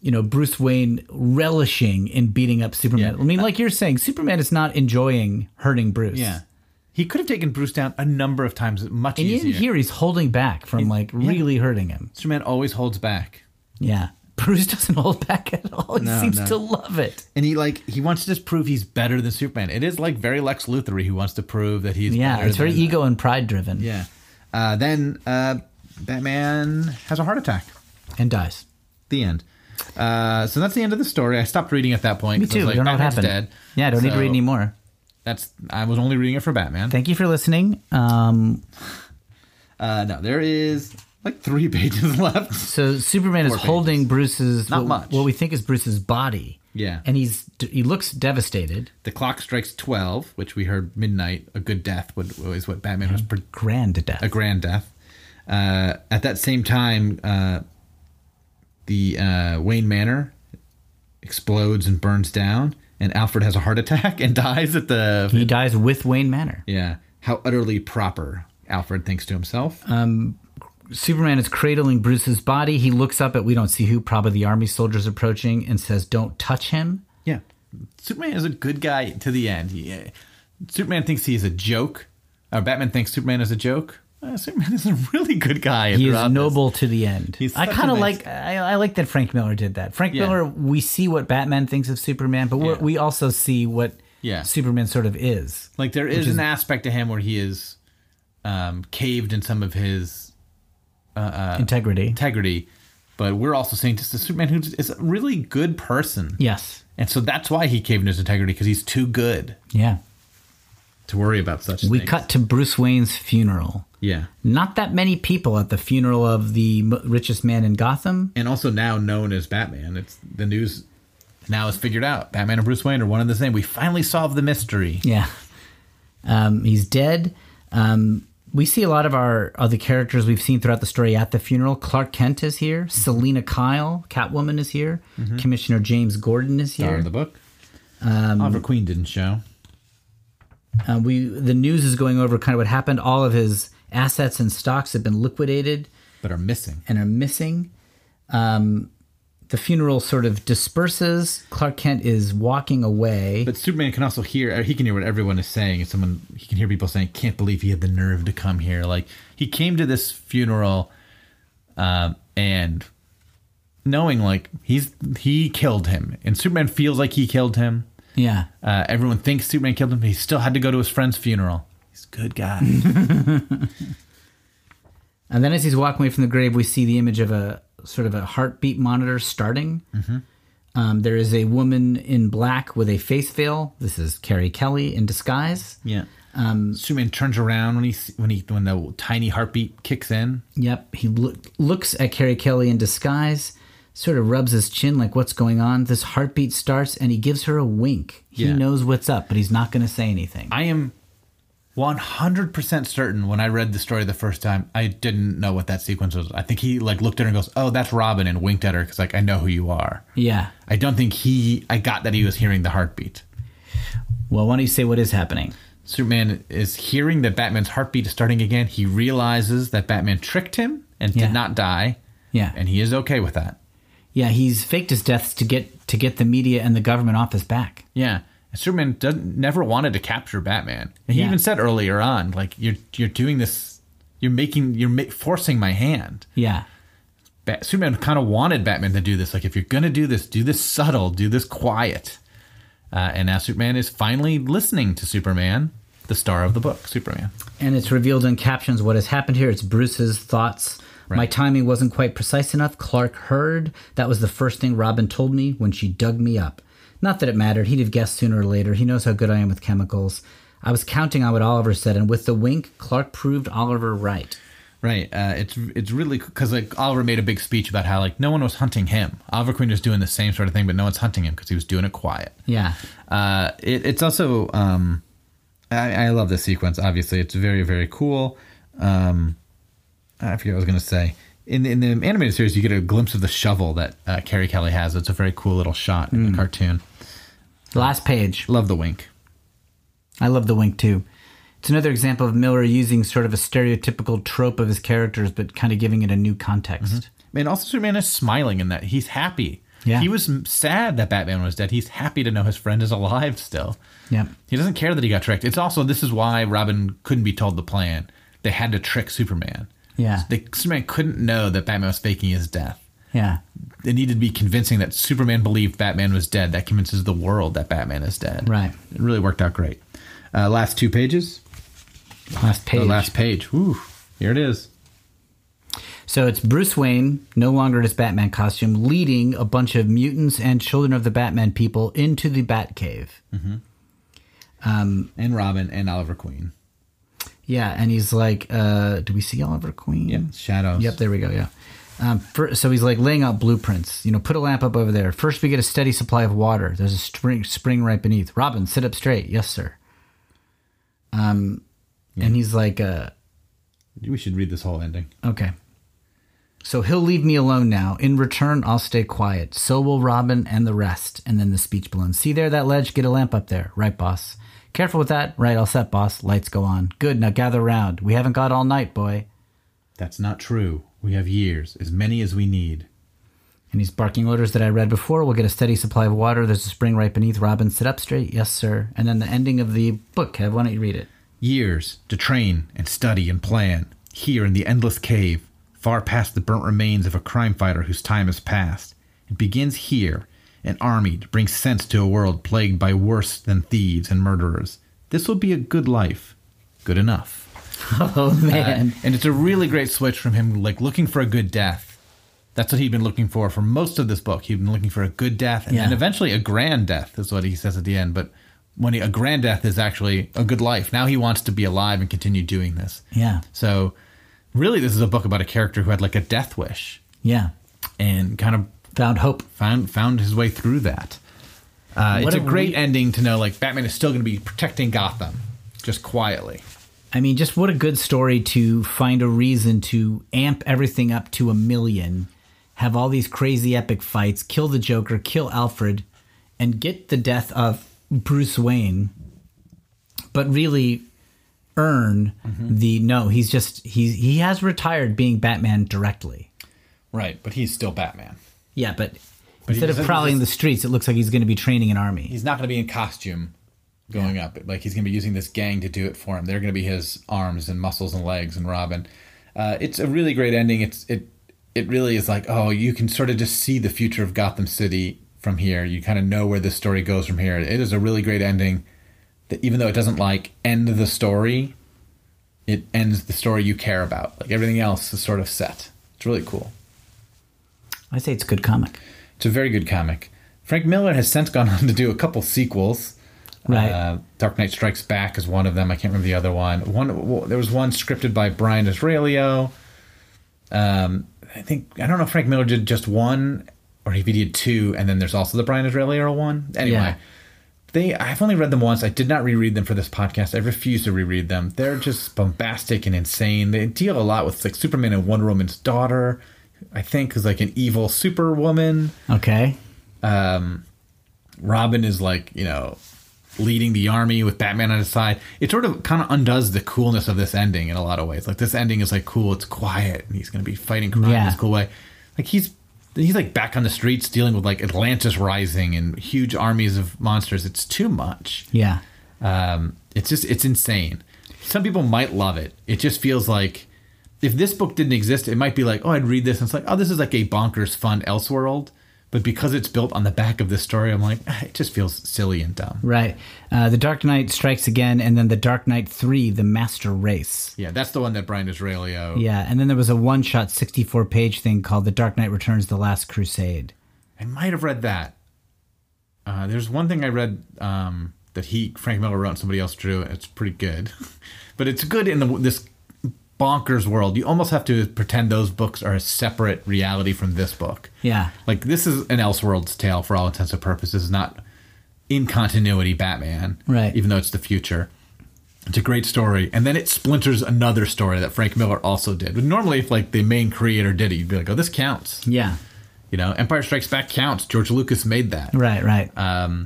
Speaker 1: you know, Bruce Wayne relishing in beating up Superman.
Speaker 5: Yeah.
Speaker 1: I mean, like you're saying, Superman is not enjoying hurting Bruce.
Speaker 5: He could have taken Bruce down a number of times, much
Speaker 1: And even
Speaker 5: easier.
Speaker 1: here, he's holding back from like really hurting him.
Speaker 5: Superman always holds back.
Speaker 1: Yeah. Bruce doesn't hold back at all. He
Speaker 5: No,
Speaker 1: seems
Speaker 5: no.
Speaker 1: to love it.
Speaker 5: And he like he wants to just prove he's better than Superman. It is like very Lex Luthor who wants to prove that he's
Speaker 1: Yeah.
Speaker 5: better
Speaker 1: It's very
Speaker 5: than-
Speaker 1: ego and pride driven.
Speaker 5: Yeah. Uh, then uh, Batman has a heart attack.
Speaker 1: And dies.
Speaker 5: The end. Uh, so that's the end of the story. I stopped reading at that point.
Speaker 1: Me
Speaker 5: 'cause I
Speaker 1: too.
Speaker 5: was like,
Speaker 1: don't know what
Speaker 5: Batman's
Speaker 1: happened.
Speaker 5: Dead.
Speaker 1: Yeah. I don't need to
Speaker 5: So
Speaker 1: read anymore.
Speaker 5: That's I was only reading it for Batman.
Speaker 1: Thank you for listening. Um,
Speaker 5: Uh, no, there is like three pages left.
Speaker 1: so Superman is
Speaker 5: Four pages.
Speaker 1: holding Bruce's
Speaker 5: Not
Speaker 1: what,
Speaker 5: much.
Speaker 1: what we think is Bruce's body.
Speaker 5: Yeah.
Speaker 1: And he's he looks devastated.
Speaker 5: The clock strikes twelve, which we heard midnight. A good death would, is what Batman
Speaker 1: Mm-hmm.
Speaker 5: was pre-
Speaker 1: Grand death.
Speaker 5: a grand death. Uh, at that same time, uh, the uh, Wayne Manor explodes and burns down, and Alfred has a heart attack and dies at the.
Speaker 1: He dies with Wayne Manor.
Speaker 5: yeah, how utterly proper Alfred thinks to himself.
Speaker 1: Superman is cradling Bruce's body. He looks up at we don't see who, probably the army soldiers approaching, and says, "Don't touch him."
Speaker 5: yeah, Superman is a good guy to the end. Yeah. Superman thinks he is a joke, or Batman thinks Superman is a joke. Uh, Superman is a really good guy.
Speaker 1: He
Speaker 5: throughout
Speaker 1: is
Speaker 5: this.
Speaker 1: noble to the end.
Speaker 5: He's
Speaker 1: I
Speaker 5: such
Speaker 1: kind
Speaker 5: a
Speaker 1: of
Speaker 5: nice-
Speaker 1: like I, I like that Frank Miller did that. Frank
Speaker 5: Yeah.
Speaker 1: Miller, we see what Batman thinks of Superman, but we're,
Speaker 5: Yeah.
Speaker 1: we also see what
Speaker 5: Yeah.
Speaker 1: Superman sort of is.
Speaker 5: Like there is, an aspect to him where he is um, caved in some of his Uh,
Speaker 1: Integrity.
Speaker 5: integrity, but we're also saying just a Superman who is a really good person.
Speaker 1: yes.
Speaker 5: And so that's why he caved in his integrity because he's too good
Speaker 1: Yeah.
Speaker 5: to worry about such
Speaker 1: We
Speaker 5: things.
Speaker 1: cut to Bruce Wayne's funeral.
Speaker 5: Yeah.
Speaker 1: Not that many people at the funeral of the m- richest man in Gotham.
Speaker 5: And also now known as Batman. It's the news now is figured out. Batman and Bruce Wayne are one and the same. We finally solved the mystery.
Speaker 1: Yeah. Um, he's dead. Um, we see a lot of our other characters we've seen throughout the story at the funeral. Clark Kent is here.
Speaker 5: Mm-hmm.
Speaker 1: Selena Kyle, Catwoman, is here. Commissioner James Gordon is
Speaker 5: Star
Speaker 1: here. Um,
Speaker 5: of Mm-hmm. the book. Oliver Queen didn't show.
Speaker 1: Uh, we the news is going over kind of what happened. All of his assets and stocks have been liquidated
Speaker 5: But are missing.
Speaker 1: and are missing. Um, the funeral sort of disperses. Clark Kent is walking away.
Speaker 5: But Superman can also hear. or He can hear what everyone is saying. And someone he can hear people saying, "Can't believe he had the nerve to come here." Like he came to this funeral, um, and knowing like he's he killed him, and Superman feels like he killed him.
Speaker 1: yeah,
Speaker 5: Uh, everyone thinks Superman killed him. But he still had to go to his friend's funeral. He's a good guy.
Speaker 1: and then as he's walking away from the grave, we see the image of a sort of a heartbeat monitor starting. Um, there is a woman in black with a face veil. This is Carrie Kelly in disguise.
Speaker 5: yeah. Um, Superman turns around when he s- when he when the tiny heartbeat kicks in.
Speaker 1: Yep. He loo- looks at Carrie Kelly in disguise, sort of rubs his chin, like, what's going on? This heartbeat starts, and he gives her a wink. He
Speaker 5: Yeah.
Speaker 1: knows what's up, but he's not going to say anything.
Speaker 5: I am 100% certain when I read the story the first time, I didn't know what that sequence was. I think he like looked at her and goes, "Oh, that's Robin," and winked at her cuz like I know who you are.
Speaker 1: yeah.
Speaker 5: I don't think he I got that he was hearing the heartbeat.
Speaker 1: Well, why don't you say what is happening?
Speaker 5: Superman is hearing that Batman's heartbeat is starting again. He realizes that Batman tricked him and
Speaker 1: Yeah.
Speaker 5: did not die,
Speaker 1: Yeah.
Speaker 5: and he is okay with that.
Speaker 1: yeah. He's faked his deaths to get to get the media and the government office back.
Speaker 5: Yeah. Superman doesn't never wanted to capture Batman. And he
Speaker 1: Yeah.
Speaker 5: even said earlier on, like you're you're doing this, you're making you're ma- forcing my hand.
Speaker 1: Yeah.
Speaker 5: Bat- Superman kind of wanted Batman to do this. Like if you're gonna do this, do this subtle, do this quiet. Uh, and now Superman is finally listening to Superman, the star of the book, Superman.
Speaker 1: And it's revealed in captions what has happened here. It's Bruce's thoughts. My timing wasn't quite precise enough. Clark heard. That was the first thing Robin told me when she dug me up. Not that it mattered. He'd have guessed sooner or later. He knows how good I am with chemicals. I was counting on what Oliver said, and with the wink, Clark proved Oliver right.
Speaker 5: Right. Uh, it's it's really because like Oliver made a big speech about how like no one was hunting him. Oliver Queen was doing the same sort of thing, but no one's hunting him because he was doing it quiet.
Speaker 1: Yeah.
Speaker 5: Uh, it, it's also um, I, I love this sequence. Obviously, it's very very cool. Um, I forget what I was going to say. In the, in the animated series, you get a glimpse of the shovel that uh, Carrie Kelly has. It's a very cool little shot in the cartoon.
Speaker 1: Last page.
Speaker 5: Love the wink.
Speaker 1: I love the wink too. It's another example of Miller using sort of a stereotypical trope of his characters, but kind of giving it a new context.
Speaker 5: And also, Superman is smiling in that he's happy.
Speaker 1: Yeah.
Speaker 5: He was m- sad that Batman was dead. He's happy to know his friend is alive still.
Speaker 1: Yeah.
Speaker 5: He doesn't care that he got tricked. It's also this is why Robin couldn't be told the plan. They had to trick Superman.
Speaker 1: Yeah.
Speaker 5: They, Superman couldn't know that Batman was faking his death.
Speaker 1: Yeah.
Speaker 5: It needed to be convincing that Superman believed Batman was dead. That convinces the world that Batman is dead.
Speaker 1: Right.
Speaker 5: It really worked out great. Uh, last two pages.
Speaker 1: Last page.
Speaker 5: The last page. Woo. Here it is.
Speaker 1: So it's Bruce Wayne, no longer in his Batman costume, leading a bunch of mutants and children of the Batman people into the Batcave.
Speaker 5: And Robin and Oliver Queen.
Speaker 1: Yeah, and he's like, uh, "Do we see Oliver Queen?"
Speaker 5: Yep. Shadows.
Speaker 1: Yep, there we go. Yeah. Um, fir- so he's like laying out blueprints. You know, put a lamp up over there. First, we get a steady supply of water. There's a spring, spring right beneath. Robin, sit up straight. Yes, sir. Um, and he's like, uh,
Speaker 5: We should read this whole ending.
Speaker 1: okay. So he'll leave me alone now. In return, I'll stay quiet. So will Robin and the rest. And then the speech balloon. See there, that ledge. Get a lamp up there. Right, boss. Careful with that. Right, all set, boss. Lights go on. Good. Now gather round. We haven't got all night, boy.
Speaker 5: That's not true. We have years, as many as we need.
Speaker 1: And he's barking orders that I read before. We'll get a steady supply of water. There's a spring right beneath. Robin, sit up straight. Yes, sir. And then the ending of the book, Kev. Why don't you read it?
Speaker 5: Years to train and study and plan, here in the endless cave, far past the burnt remains of a crime fighter whose time is past. It begins here, an army to bring sense to a world plagued by worse than thieves and murderers. This will be a good life. Good enough.
Speaker 1: Oh, man.
Speaker 5: And it's a really great switch from him, like looking for a good death. That's what he'd been looking for for most of this book. He'd been looking for a good death, and then
Speaker 1: Yeah.
Speaker 5: eventually a grand death is what he says at the end. But when he, a grand death is actually a good life, now he wants to be alive and continue doing this.
Speaker 1: yeah.
Speaker 5: So, really, this is a book about a character who had like a death wish
Speaker 1: Yeah.
Speaker 5: and kind of
Speaker 1: Found hope.
Speaker 5: found found his way through that. Uh,
Speaker 1: What
Speaker 5: it's a
Speaker 1: a
Speaker 5: great
Speaker 1: re-
Speaker 5: ending to know like Batman is still going to be protecting Gotham, just quietly.
Speaker 1: I mean, just what a good story to find a reason to amp everything up to a million, have all these crazy epic fights, kill the Joker, kill Alfred, and get the death of Bruce Wayne, but really earn
Speaker 5: Mm-hmm.
Speaker 1: the no, he's just he he has retired being Batman directly.
Speaker 5: Right, but he's still Batman.
Speaker 1: Yeah, but,
Speaker 5: he
Speaker 1: instead of
Speaker 5: doesn't-
Speaker 1: prowling the streets, it looks like he's going to be training an army.
Speaker 5: he's not going to be in costume going up. Like he's going to be using this gang to do it for him. They're going to be his arms and muscles and legs and Robin. Uh, it's a really great ending. It's it it really is like oh you can sort of just see the future of Gotham City from here. You kind of know where this story goes from here. It is a really great ending. That even though it doesn't like end the story, it ends the story you care about. Like everything else is sort of set. It's really cool.
Speaker 1: I say it's a good comic,
Speaker 5: It's a very good comic. Frank Miller has since gone on to do a couple sequels.
Speaker 1: right?
Speaker 5: Uh, Dark Knight Strikes Back is one of them. I can't remember the other one. One w- there was one scripted by Brian Israelio. Um, I think I don't know if Frank Miller did just one or if he did two, and then there's also the Brian Israelio one. Anyway,
Speaker 1: Yeah.
Speaker 5: they I've only read them once. I did not reread them for this podcast. I refuse to reread them. They're just bombastic and insane. They deal a lot with like Superman and Wonder Woman's daughter. I think is like an evil superwoman.
Speaker 1: okay,
Speaker 5: Robin is like, you know, leading the army with Batman on his side. It sort of kind of undoes the coolness of this ending in a lot of ways. Like this ending is like cool, it's quiet, and he's going to be fighting crime in
Speaker 1: Yeah.
Speaker 5: this cool way. Like he's he's like back on the streets dealing with like Atlantis rising and huge armies of monsters. It's too much.
Speaker 1: Yeah.
Speaker 5: Um, it's just it's insane. Some people might love it. It just feels like if this book didn't exist, it might be like, oh, I'd read this and it's like, oh, this is like a bonkers fun Elseworld. But because it's built on the back of this story, I'm like, it just feels silly and dumb.
Speaker 1: Right. Uh, the Dark Knight Strikes Again, and then The Dark Knight 3, The Master Race.
Speaker 5: Yeah, that's the one that Brian Israelio.
Speaker 1: Yeah. And then there was a one shot 64 page thing called The Dark Knight Returns, The Last Crusade.
Speaker 5: I might have read that. Uh, there's one thing I read um, that he Frank Miller wrote and somebody else drew. and It's pretty good, but it's good in the, this bonkers world. You almost have to pretend those books are a separate reality from this book.
Speaker 1: Yeah.
Speaker 5: Like this is an Elseworlds tale for all intents and purposes, not in continuity Batman.
Speaker 1: Right.
Speaker 5: Even though it's the future. It's a great story. And then it splinters another story that Frank Miller also did. But normally if like the main creator did it, you'd be like, Oh, this counts.
Speaker 1: Yeah.
Speaker 5: You know, Empire Strikes Back counts. George Lucas made that.
Speaker 1: Right, right.
Speaker 5: Uh,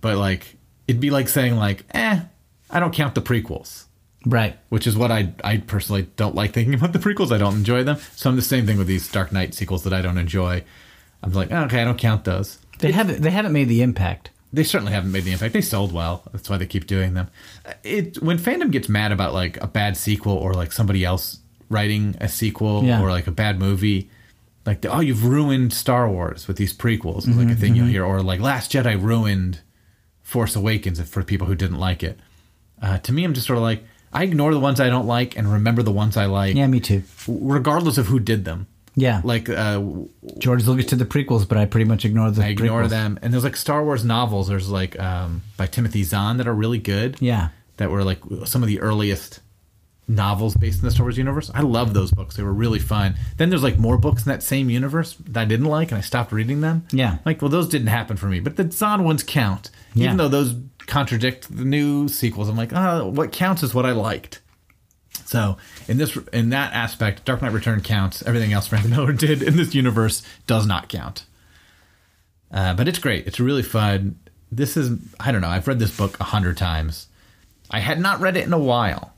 Speaker 5: But like it'd be like saying like, eh, I don't count the prequels.
Speaker 1: right.
Speaker 5: which is what I I personally don't like thinking about the prequels. I don't enjoy them. So I'm the same thing with these Dark Knight sequels that I don't enjoy. I'm like, "Oh, okay, I don't count those.
Speaker 1: They haven't, they haven't made the impact.
Speaker 5: They certainly haven't made the impact. They sold well. That's why they keep doing them. Uh, It when fandom gets mad about like a bad sequel or like somebody else writing a sequel
Speaker 1: Yeah.
Speaker 5: or like a bad movie, like oh you've ruined Star Wars with these prequels is
Speaker 1: Mm-hmm,
Speaker 5: like a thing you'll hear or like Last Jedi ruined Force Awakens for people who didn't like it. Uh, to me, I'm just sort of like I ignore the ones I don't like and remember the ones I like,
Speaker 1: Yeah, me too.
Speaker 5: regardless of who did them.
Speaker 1: Yeah.
Speaker 5: Like uh,
Speaker 1: George Lucas did the prequels, but I pretty much ignored the
Speaker 5: I ignore
Speaker 1: prequels.
Speaker 5: them. And there's like Star Wars novels. There's like um, by Timothy Zahn that are really good.
Speaker 1: Yeah.
Speaker 5: That were like some of the earliest novels based in the Star Wars universe. I love those books. They were really fun. Then there's like more books in that same universe that I didn't like, and I stopped reading them.
Speaker 1: Yeah.
Speaker 5: Like, well, those didn't happen for me. But the Zahn ones count,
Speaker 1: Yeah.
Speaker 5: even though those contradict the new sequels. I'm like, oh, what counts is what I liked. So in this in that aspect, Dark Knight Return counts. Everything else Frank Miller did in this universe does not count. Uh, but it's great. It's really fun. This is I don't know. I've read this book a hundred times. I had not read it in a while.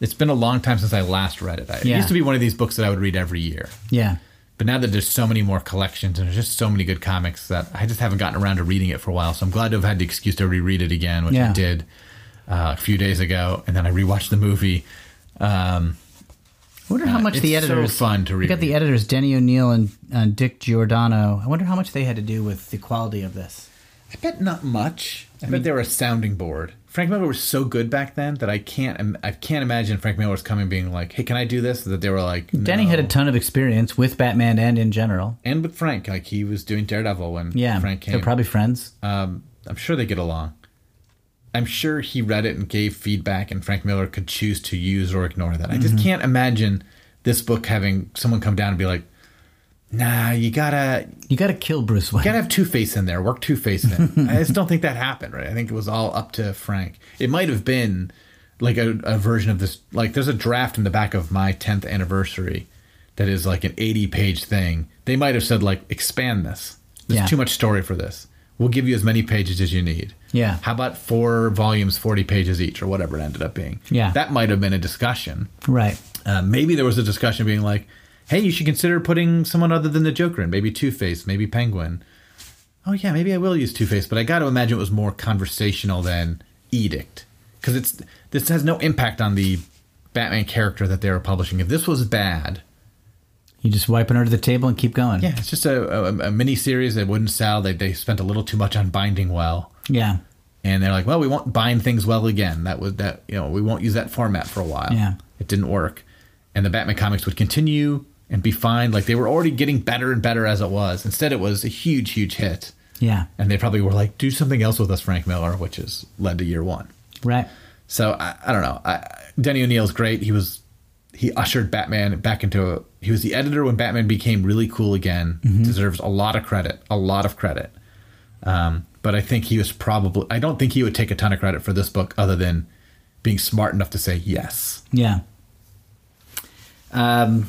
Speaker 5: It's been a long time since I last read it. I, It
Speaker 1: Yeah.
Speaker 5: used to be one of these books that I would read every year.
Speaker 1: Yeah.
Speaker 5: But now that there's so many more collections and there's just so many good comics that I just haven't gotten around to reading it for a while. So I'm glad to have had the excuse to reread it again, which
Speaker 1: Yeah.
Speaker 5: I did uh, a few days ago. And then I rewatched the movie. Um,
Speaker 1: I wonder how
Speaker 5: Uh,
Speaker 1: much the
Speaker 5: it's so
Speaker 1: editors
Speaker 5: fun to
Speaker 1: We got
Speaker 5: reread.
Speaker 1: the editors Denny O'Neill and uh, Dick Giordano. I wonder how much they had to do with the quality of this.
Speaker 5: I bet not much. I, bet they were a sounding board. Frank Miller was so good back then that I can't im- I can't imagine Frank Miller's coming being like, "Hey, can I do this?" That they were like,
Speaker 1: Denny
Speaker 5: "No."
Speaker 1: had a ton of experience with Batman and in general.
Speaker 5: and with Frank, like he was doing Daredevil when
Speaker 1: Yeah,
Speaker 5: Frank came.
Speaker 1: they're probably friends.
Speaker 5: Um, I'm sure they get along. I'm sure he read it and gave feedback, and Frank Miller could choose to use or ignore that. I
Speaker 1: Mm-hmm.
Speaker 5: just can't imagine this book having someone come down and be like, "Nah, you gotta
Speaker 1: you got to kill Bruce Wayne.
Speaker 5: gotta have Two Face in there. Work Two Face in. I just don't think that happened, right? I think it was all up to Frank. It might have been like a, a version of this. Like, there's a draft in the back of my 10th anniversary that is like an 80 page thing. They might have said like, expand this. There's
Speaker 1: Yeah.
Speaker 5: too much story for this. We'll give you as many pages as you need.
Speaker 1: Yeah.
Speaker 5: How about four volumes, 40 pages each, or whatever it ended up being?
Speaker 1: Yeah.
Speaker 5: That might have been a discussion.
Speaker 1: right.
Speaker 5: Uh, maybe there was a discussion being like, hey, you should consider putting someone other than the Joker in, maybe Two Face, maybe Penguin. Oh, yeah, maybe I will use Two Face, but I got to imagine it was more conversational than edict. Because it's this has no impact on the Batman character that they were publishing. If this was bad,
Speaker 1: You just wipe it under the table and keep going.
Speaker 5: yeah, it's just a, a, a mini series that wouldn't sell. They, they spent a little too much on binding well.
Speaker 1: Yeah.
Speaker 5: and they're like, "Well, we won't bind things well again. That was that you know we won't use that format for a while.
Speaker 1: Yeah.
Speaker 5: it didn't work, and the Batman comics would continue and be fine. Like they were already getting better and better as it was. Instead, it was a huge, huge hit,
Speaker 1: Yeah.
Speaker 5: and they probably were like, "Do something else with us, Frank Miller," which is led to year one.
Speaker 1: Right.
Speaker 5: So I, I don't know. I, Denny O'Neill's great. He was he ushered Batman back into a. He was the editor when Batman became really cool again. Deserves a lot of credit. A lot of credit. Um, but I think he was probably. I don't think he would take a ton of credit for this book, other than being smart enough to say yes.
Speaker 1: Yeah. Um,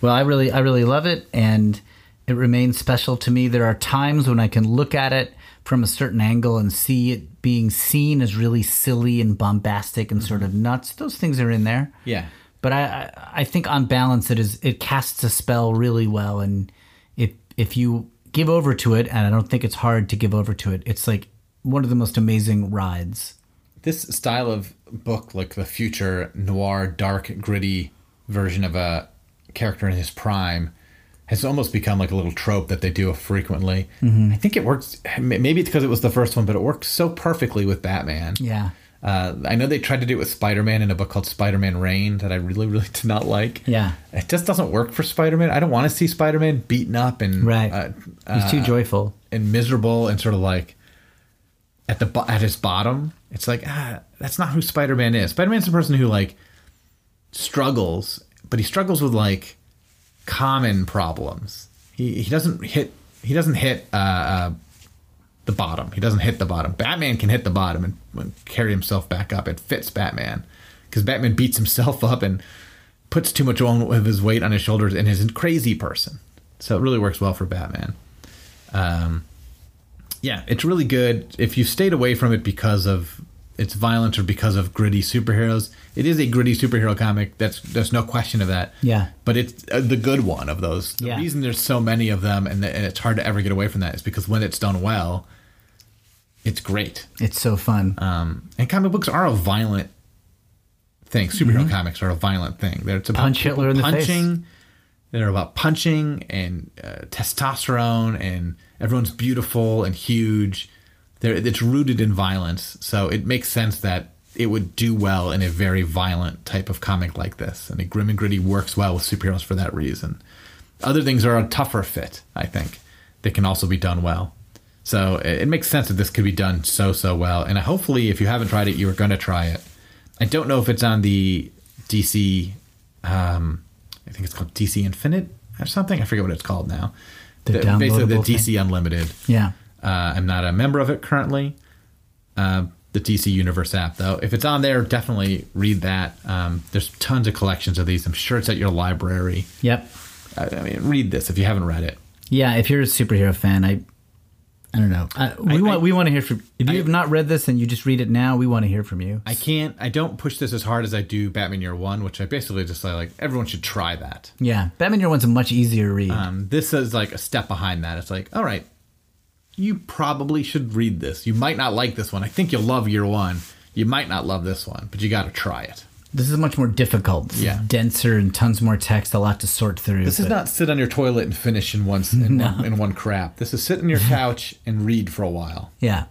Speaker 1: well, I really, I really love it, and it remains special to me. There are times when I can look at it from a certain angle and see it being seen as really silly and bombastic and sort of nuts. Those things are in there.
Speaker 5: Yeah.
Speaker 1: But I, I- I think on balance, it is it casts a spell really well, and if if you give over to it, and I don't think it's hard to give over to it, it's like one of the most amazing rides.
Speaker 5: this style of book, like the future noir, dark, gritty version of a character in his prime, has almost become like a little trope that they do frequently.
Speaker 1: Mm-hmm.
Speaker 5: I think it works. m- Maybe it's because it was the first one, but it works so perfectly with Batman.
Speaker 1: Yeah,
Speaker 5: Uh, I know they tried to do it with Spider Man in a book called Spider Man Reign that I really, really did not like.
Speaker 1: Yeah.
Speaker 5: It just doesn't work for Spider Man. I don't want to see Spider Man beaten up and
Speaker 1: right.
Speaker 5: uh,
Speaker 1: He's too joyful.
Speaker 5: and miserable and sort of like at the bo- at his bottom. It's like ah, that's not who Spider Man is. Spider Man's the person who like struggles, but he struggles with like common problems. He he doesn't hit he doesn't hit uh, uh, the bottom. He doesn't hit the bottom. Batman can hit the bottom and, and carry himself back up. It fits Batman because Batman beats himself up and puts too much on- of his weight on his shoulders and is a crazy person. So it really works well for Batman Um, yeah, it's really good. If you stayed away from it because of its violence or because of gritty superheroes, it is a gritty superhero comic. That's there's no question of that.
Speaker 1: Yeah.
Speaker 5: but it's uh, the good one of those. The
Speaker 1: Yeah.
Speaker 5: reason there's so many of them and, and it's hard to ever get away from that is because when it's done well, it's great.
Speaker 1: It's so fun.
Speaker 5: Um, and comic books are a violent thing. Superhero comics are a violent thing. They're, it's about
Speaker 1: Mm-hmm. Punch
Speaker 5: people
Speaker 1: Hitler in the face.
Speaker 5: punching. They're about punching and uh, testosterone, and everyone's beautiful and huge. They're, it's rooted in violence, so it makes sense that it would do well in a very violent type of comic like this. And a grim and gritty works well with superheroes for that reason. Other things are a tougher fit, I think. They can also be done well. So it, it makes sense that this could be done so so well. And hopefully, if you haven't tried it, you are going to try it. I don't know if it's on the DC. Um, I think it's called DC Infinite or something. I forget what it's called now.
Speaker 1: The
Speaker 5: basically the
Speaker 1: downloadable thing?
Speaker 5: DC Unlimited.
Speaker 1: yeah,
Speaker 5: Uh, I'm not a member of it currently. Uh, the DC Universe app, though, if it's on there, definitely read that. Um, there's tons of collections of these. I'm sure it's at your library.
Speaker 1: yep.
Speaker 5: I, I mean, read this if you haven't read it.
Speaker 1: Yeah, if you're a superhero fan, I, I don't know. I, we
Speaker 5: I-
Speaker 1: want we want to hear from. If you
Speaker 5: I-
Speaker 1: have not read this and you just read it now, we want to hear from you.
Speaker 5: I can't. I don't push this as hard as I do Batman Year One, which I basically just say like everyone should try that.
Speaker 1: yeah, Batman Year One's a much easier read.
Speaker 5: Um, this is like a step behind that. It's like, all right, you probably should read this. You might not like this one. I think you'll love Year One. You might not love this one, but you got to try it.
Speaker 1: this is much more difficult. This is
Speaker 5: Yeah.
Speaker 1: denser and tons more text. A lot to sort through.
Speaker 5: This is
Speaker 1: but-
Speaker 5: not sit on your toilet and finish in one s- in, one, in one crap. This is sit on your couch and read for a while.
Speaker 1: Yeah.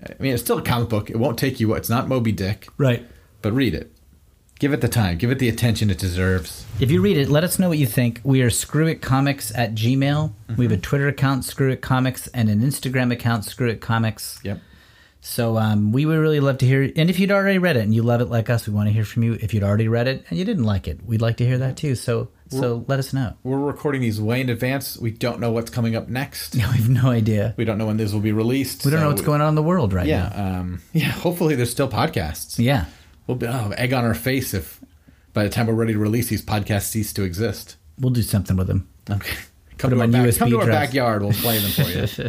Speaker 5: I mean, it's still a comic book. It won't take you. It's not Moby Dick,
Speaker 1: Right.
Speaker 5: but read it. Give it the time. Give it the attention it deserves.
Speaker 1: If you read it, let us know what you think. We are screwitcomics at Gmail. We
Speaker 5: Mm-hmm.
Speaker 1: have a Twitter account, screwitcomics, and an Instagram account, screwitcomics.
Speaker 5: Yep.
Speaker 1: So um, we would really love to hear. And if you'd already read it and you love it like us, we want to hear from you. If you'd already read it and you didn't like it, we'd like to hear that too. So so let us know.
Speaker 5: We're recording these way in advance. We don't know what's coming up next.
Speaker 1: We have no idea.
Speaker 5: We don't know when these will be released.
Speaker 1: We don't know what's going on in the world right
Speaker 5: Yeah.
Speaker 1: now.
Speaker 5: Um, yeah. Hopefully, there's still podcasts.
Speaker 1: Yeah.
Speaker 5: We'll be oh, egg on our face if by the time we're ready to release these podcasts cease to exist.
Speaker 1: We'll do something with them.
Speaker 5: Okay. Come
Speaker 1: them
Speaker 5: to, our,
Speaker 1: on
Speaker 5: back,
Speaker 1: USB
Speaker 5: come to our
Speaker 1: drives.
Speaker 5: backyard. We'll play them for you.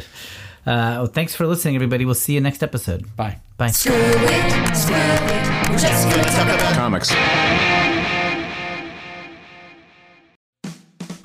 Speaker 1: Uh, well, thanks for listening, everybody. We'll see you next episode.
Speaker 5: Bye.
Speaker 1: Bye.
Speaker 3: Screw it, screw it, we're just gonna talk about
Speaker 4: Comics.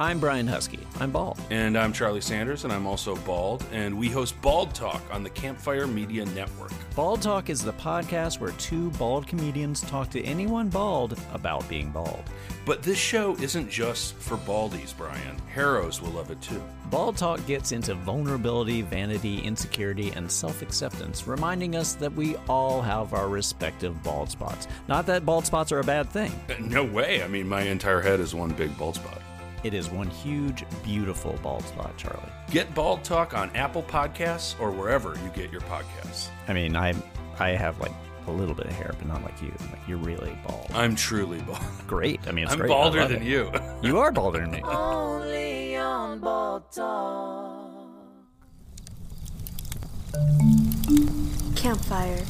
Speaker 7: I'm Brian Husky. I'm bald.
Speaker 8: And I'm Charlie Sanders, and I'm also bald, and we host Bald Talk on the Campfire Media Network.
Speaker 7: Bald Talk is the podcast where two bald comedians talk to anyone bald about being bald.
Speaker 8: But this show isn't just for baldies, Brian. Harrows will love it too.
Speaker 7: Bald Talk gets into vulnerability, vanity, insecurity, and self acceptance, reminding us that we all have our respective bald spots. Not that bald spots are a bad thing,
Speaker 8: Uh, No way. I mean, my entire head is one big bald spot.
Speaker 7: it is one huge, beautiful bald spot, Charlie.
Speaker 8: Get Bald Talk on Apple Podcasts or wherever you get your podcasts.
Speaker 7: I mean, I, I have like a little bit of hair, but not like you. Like, you're really bald.
Speaker 8: I'm truly bald.
Speaker 7: great. I mean, it's
Speaker 8: I'm
Speaker 7: great. I
Speaker 8: balder
Speaker 7: love
Speaker 8: than
Speaker 7: it.
Speaker 8: you.
Speaker 7: You are balder than me.
Speaker 9: Campfire.